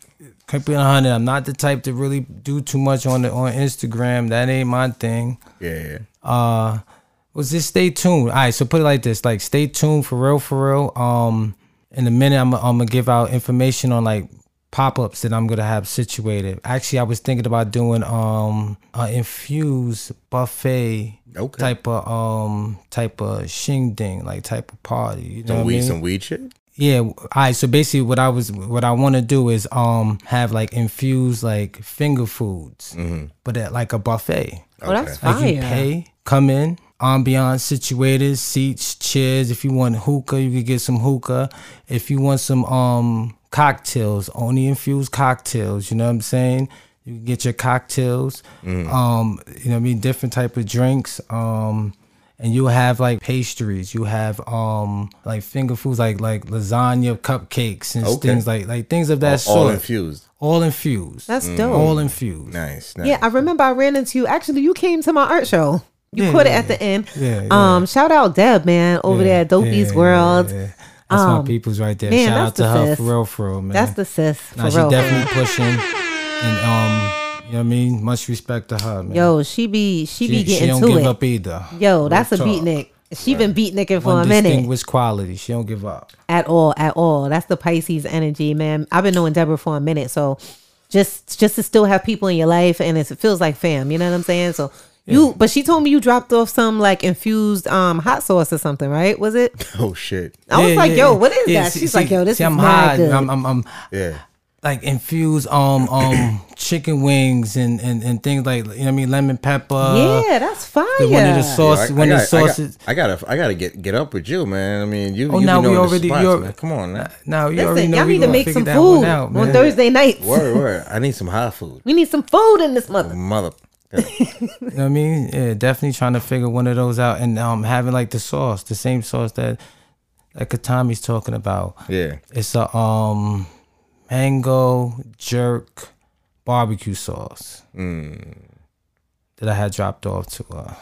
C: keep it hundred. I'm not the type to really do too much on the on Instagram. That ain't my thing.
A: yeah, yeah.
C: Uh, was just stay tuned. All right, so put it like this: like stay tuned for real, for real. Um, in a minute, I'm I'm gonna give out information on like pop ups that I'm gonna have situated. Actually, I was thinking about doing um a infused buffet.
A: Okay.
C: Type of um type of shing ding like type of party you know
A: Some
C: what I
A: weed,
C: mean?
A: some weed shit.
C: yeah, all right. So basically, what I was, what I want to do is um have like infused like finger foods,
A: Mm-hmm.
C: but at like a buffet.
B: Oh, that's
C: Like
B: fire.
C: you pay, come in, ambiance situated, seats, chairs. If you want hookah, you could get some hookah. If you want some um cocktails, only infused cocktails, you know what I'm saying? You can get your cocktails.
A: Mm.
C: Um, you know what I mean, different type of drinks. Um and you have like pastries, you have um like finger foods like like lasagna, cupcakes and
A: Okay.
C: things like like things of that
A: all,
C: sort.
A: all infused.
C: All infused.
B: That's dope.
C: All infused.
A: Nice. nice.
B: Yeah, I remember I ran into you. Actually, you came to my art show. You
C: Yeah,
B: caught it
C: yeah,
B: at the end.
C: Yeah, yeah.
B: Um, shout out Deb, man, over there at Dopey's
C: yeah,
B: World.
C: yeah. That's
B: Um,
C: my people's right there.
B: man,
C: Shout out
B: that's
C: to
B: the
C: her
B: sis.
C: for real, for real, man.
B: That's the sis for
C: Nah, she
B: real.
C: definitely pushing, and um, you know what I mean. Much respect to her, man.
B: Yo, she be she, be
C: she,
B: getting
C: she don't
B: to
C: give
B: it.
C: up either.
B: Yo, that's a
C: Real talk.
B: beatnik. She been beatniking for a
C: One
B: minute.
C: distinguished quality. She don't give up.
B: at all at all that's the pisces energy man i've been knowing deborah for a minute so just just to still have people in your life and it's, it feels like fam you know what i'm saying so you but she told me you dropped off some like infused um hot sauce or something right was it
A: Oh shit.
B: i was
C: Yeah,
B: like
C: yeah,
B: yo
C: yeah.
B: what is
C: Yeah,
B: that
C: see-
B: she's like
C: see-
B: yo this
C: see,
B: is
C: I'm
B: mad
C: high.
B: good
C: I'm, I'm, I'm
A: Yeah.
C: like infused um um chicken wings and and and things like you know what I mean lemon pepper.
B: yeah that's fire
C: The one of the sauce, one of the sauces.
A: I gotta, I gotta, get get up with you, man. I mean, you.
C: Oh,
A: you
C: now
A: be
C: we
A: knowing the
C: already-
A: spots,
C: you're-
A: man. Come on, now.
C: Now you already
B: listen
C: know
B: y'all
C: we
B: need to
C: gonna
B: make
C: figure
B: some
C: that one
B: food
C: out,
B: on
C: man.
B: thursday nights
A: Word, word. I need some hot food,
B: we need some food in this mother
A: mother.
C: You know what I mean? Yeah, definitely trying to figure one of those out and um having like the sauce, the same sauce that that Katami's talking about.
A: Yeah.
C: It's a um mango jerk barbecue sauce Hmm. that I had dropped off to uh, her.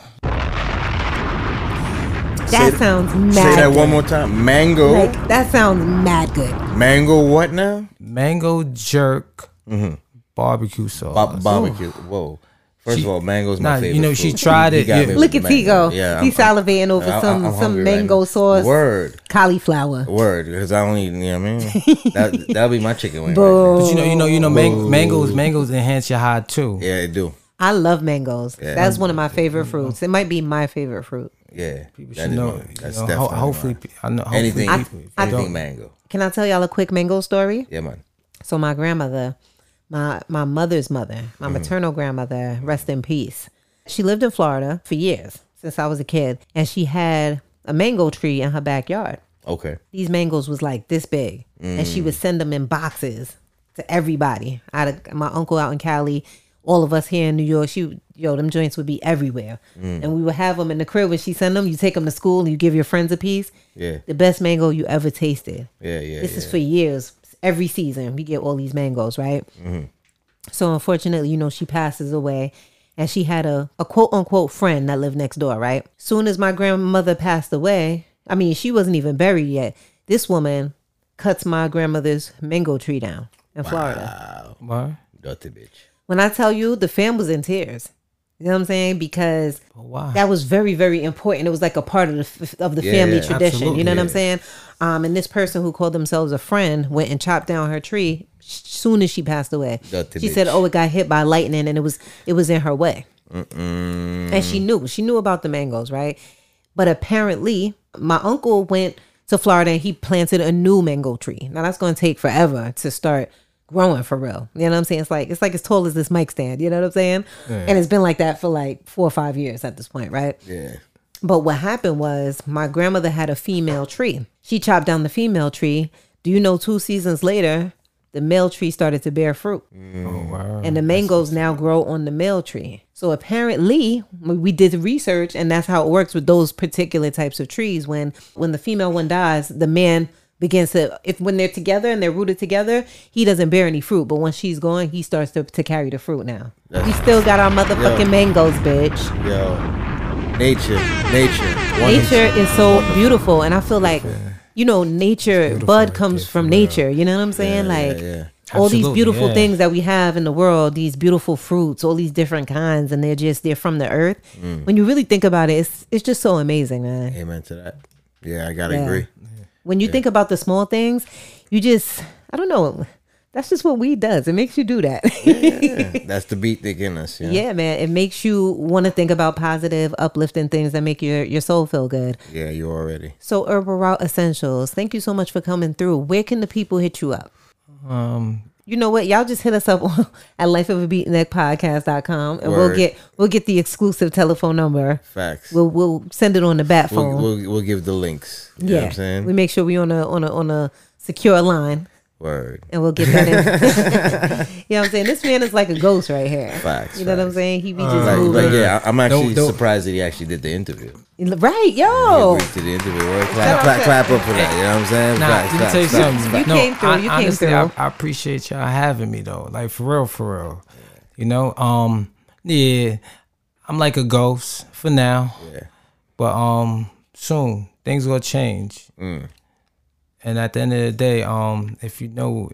B: that sounds mad
A: Say that
B: good.
A: one more time. Mango,
B: like that sounds mad good
A: mango. What now?
C: Mango jerk barbecue sauce.
A: Ba- barbecue. Whoa. First of all, mango's my
C: Nah, you
A: favorite.
C: know, she
A: food.
C: tried
A: You
C: it,
A: got
C: yeah.
A: me with
B: Look at
A: mango.
B: Tigo.
A: Yeah,
B: He's
A: I'm-
B: salivating over
A: I- I-
B: some
A: I'm
B: some
A: hungry right
B: mango
A: now.
B: sauce,
A: Word,
B: cauliflower.
A: word. Because I don't eat. You know what I mean? That that'll be my chicken wing. right there.
C: But you know, you know, you know, man- mangoes, mangoes enhance your high too.
A: Yeah, it do.
B: I love mangoes. That's one of my
A: Mm-hmm.
B: favorite fruits. It might be my favorite fruit.
A: Yeah,
C: You
A: that
C: should
A: is
C: know,
A: mine.
C: you
A: That's
C: know, ho-
A: definitely
C: hopefully,
A: mine.
C: pe- I know, hopefully
A: anything,
C: people- if they
A: anything
C: don't-
A: mango.
B: Can I tell y'all a quick mango story?
A: Yeah, man.
B: So my grandmother, my my mother's mother, my maternal grandmother, rest in peace. She lived in Florida for years since I was a kid, and she had a mango tree in her backyard.
A: Okay.
B: These mangoes was like this big, and she would send them in boxes to everybody. I had a- my uncle out in Cali, all of us here in New York. She, would- yo, them joints would be everywhere, and we would have them in the crib when she sent them. You take them to school, and you give your friends a piece.
A: Yeah.
B: the best mango you ever tasted.
A: Yeah, yeah.
B: This is
A: yeah.
B: for years. Every season, we get all these mangoes, right?
A: Mm-hmm.
B: So, unfortunately, you know, she passes away and she had a, a quote unquote friend that lived next door, right? Soon as my grandmother passed away, I mean, she wasn't even buried yet. This woman cuts my grandmother's mango tree down in Florida.
C: Why?
A: dirty bitch.
B: When I tell you, the fam was in tears. You know what I'm saying? Because
C: Why?
B: that was very very important it was like a part of the f- of the
A: Yeah,
B: family
A: yeah,
B: tradition you know what i'm
A: absolutely.
B: saying um and this person who called themselves a friend went and chopped down her tree sh- soon as she passed away
A: Dirty
B: she said
A: bitch.
B: oh it got hit by lightning and it was it was in her way and she knew she knew about the mangoes right but apparently my uncle went to florida and he planted a new mango tree now that's going to take forever to start growing for real you know what i'm saying it's like it's like as tall as this mic stand you know what i'm saying and it's been like that for like four or five years at this point right
A: Yeah.
B: but what happened was my grandmother had a female tree. She chopped down the female tree. Do you know two seasons later, the male tree started to bear fruit?
C: Mm.
B: And the mangoes now grow on the male tree. So apparently, we we did the research and that's how it works with those particular types of trees when when the female one dies, the man begins to if when they're together and they're rooted together, he doesn't bear any fruit, but when she's gone, he starts to, to carry the fruit now. We still got our motherfucking mangoes, bitch.
A: Yo. Nature. Nature. One
B: nature is so beautiful and i feel like you know nature bud comes from nature you know what i'm saying like
A: yeah.
B: all these
C: Absolutely,
B: beautiful
C: yeah.
B: things that we have in the world these beautiful fruits all these different kinds and they're just they're from the earth
A: Mm.
B: when you really think about it it's, it's just so amazing man
A: Amen to that. Yeah, I gotta
B: Yeah.
A: agree.
B: when you think about the small things you just i don't know That's just what weed does. It makes you do that.
A: That's the beat they give us. Yeah.
B: Yeah, man. It makes you want to think about positive, uplifting things that make your, your soul feel good.
A: Yeah, you already.
B: So, Herbal Route Essentials, thank you so much for coming through. Where can the people hit you up?
C: Um,
B: You know what? Y'all just hit us up on, at lifeofabeatneckpodcast.com and we'll
A: Word.
B: get we'll get the exclusive telephone number.
A: Facts.
B: We'll we'll send it on the bat
A: We'll,
B: phone.
A: we'll, we'll give the links. You
B: yeah.
A: know what I'm saying?
B: We make sure we on a on a on a secure line
A: Word.
B: and we'll get that in. you know what I'm saying? This man is like a ghost right here.
A: Facts,
B: You know what I'm
A: facts. Uh,
B: saying? He be just
A: Like,
B: moving.
A: like, yeah, I- I'm actually
C: Don't- don't-
A: surprised that he actually did the interview.
B: Right, yo.
A: He agreed to the interview. Word.
B: Shout
A: Clap,
B: out
A: clap,
B: to-
A: clap up for that. You know what I'm saying?
C: Nah,
A: Facts,
C: let me
A: facts,
C: tell you
A: facts,
C: something.
A: facts.
B: You came through, you came
C: honestly,
B: through.
C: I, I appreciate y'all having me though. Like for real, for real. You know, um, yeah, I'm like a ghost for now.
A: Yeah.
C: But um, soon things will change.
A: Mm.
C: And at the end of the day, um, if you know,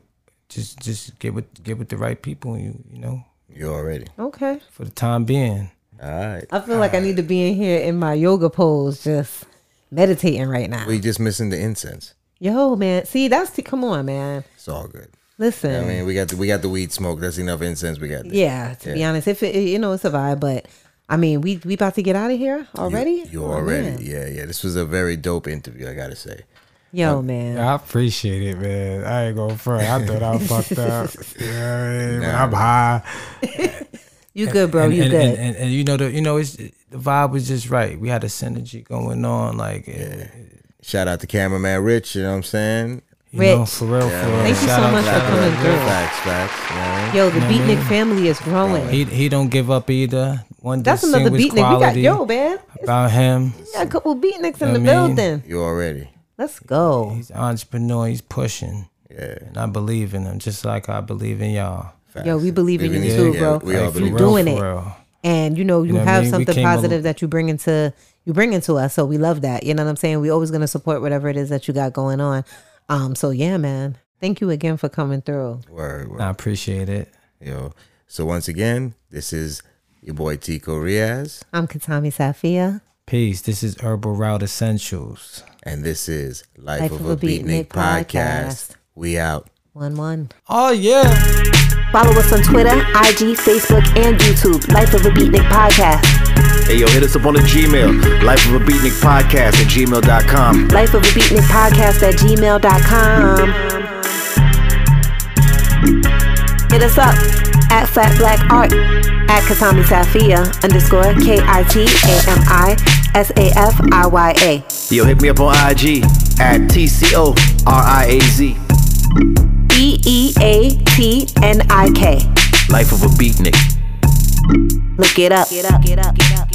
C: just just get with get with the right people. and You you know,
A: You already.
B: Okay.
C: for the time being.
A: All right.
B: I feel like I need to be in here in my yoga pose, just meditating right now.
A: We just missing the incense.
B: Yo, man. See, that's the, come on, man.
A: It's all good.
B: Listen.
A: I mean, we got the, we got the weed smoke. That's enough incense we got. there.
B: yeah, to be
A: Yeah.
B: honest, if it, you know it's a vibe, but I mean, we we about to get out of here already.
A: You
B: Oh,
A: already.
B: man.
A: Yeah, yeah. This was a very dope interview, I got to say.
B: Yo, man.
C: I appreciate it, man. I ain't gonna front. I thought I was fucked up. You know what I mean? When I'm high.
B: You good, bro?
C: and,
B: You
C: and,
B: good?
C: And, and, and you know the you know it's the vibe was just right. We had a synergy going on, like eh, yeah.
A: Shout out to cameraman Rich, you know what I'm saying?
C: you know
B: Rich.
C: for real. for real.
B: Thank you
C: Shout
B: so
C: out
B: much for
C: to him.
B: coming through.
A: Facts, facts. man.
B: Yo, the Beatnik family is growing.
C: He he don't give up either. One
B: that's another Beatnik.
C: distinguished
B: We got
C: quality
B: yo, man. We
C: about him.
B: got a couple Beatniks in
C: I
B: the
C: mean-
B: building.
A: You already.
B: Let's go.
C: He's an entrepreneur. He's pushing,
A: Yeah.
C: and I believe in him just like I believe in y'all.
A: Facts.
B: Yo, we believe in
A: We
B: you
A: believe-
B: too,
A: yeah,
B: bro.
A: we all
B: If
A: believe
B: you
A: in
B: doing
C: for
B: it.
C: real.
B: and you know you,
C: know what I
B: have
C: mean? We
B: something
C: came a-
B: positive that you bring into you bring into us so we love that you know what i'm saying we always going to support whatever it is that you got going on um so yeah man thank you again for coming through
A: Word, word.
C: I appreciate it.
A: Yo. So once again, this is your boy Tico Riaz,
B: i'm katami safia
C: Peace. This is Herbal Route Essentials.
A: and this is Life, of, a Beatnik, podcast.
B: podcast.
A: We out.
B: one one
C: Oh yeah.
J: Follow us on Twitter, IG, Facebook, and YouTube. Life of a Beatnik Podcast.
H: Hey, yo, hit us up on the Gmail, Life of a Beatnik Podcast at gmail.com.
J: Life of a Beatnik Podcast at gmail.com. Hit us up at Flat Black Art, at Katami Safia underscore K I T A M I S A F I Y A.
H: Yo, hit me up on IG at TCORIAZ,
J: B E A T N I K.
H: Life of a Beatnik.
J: Look it up. Get up, get up, get up.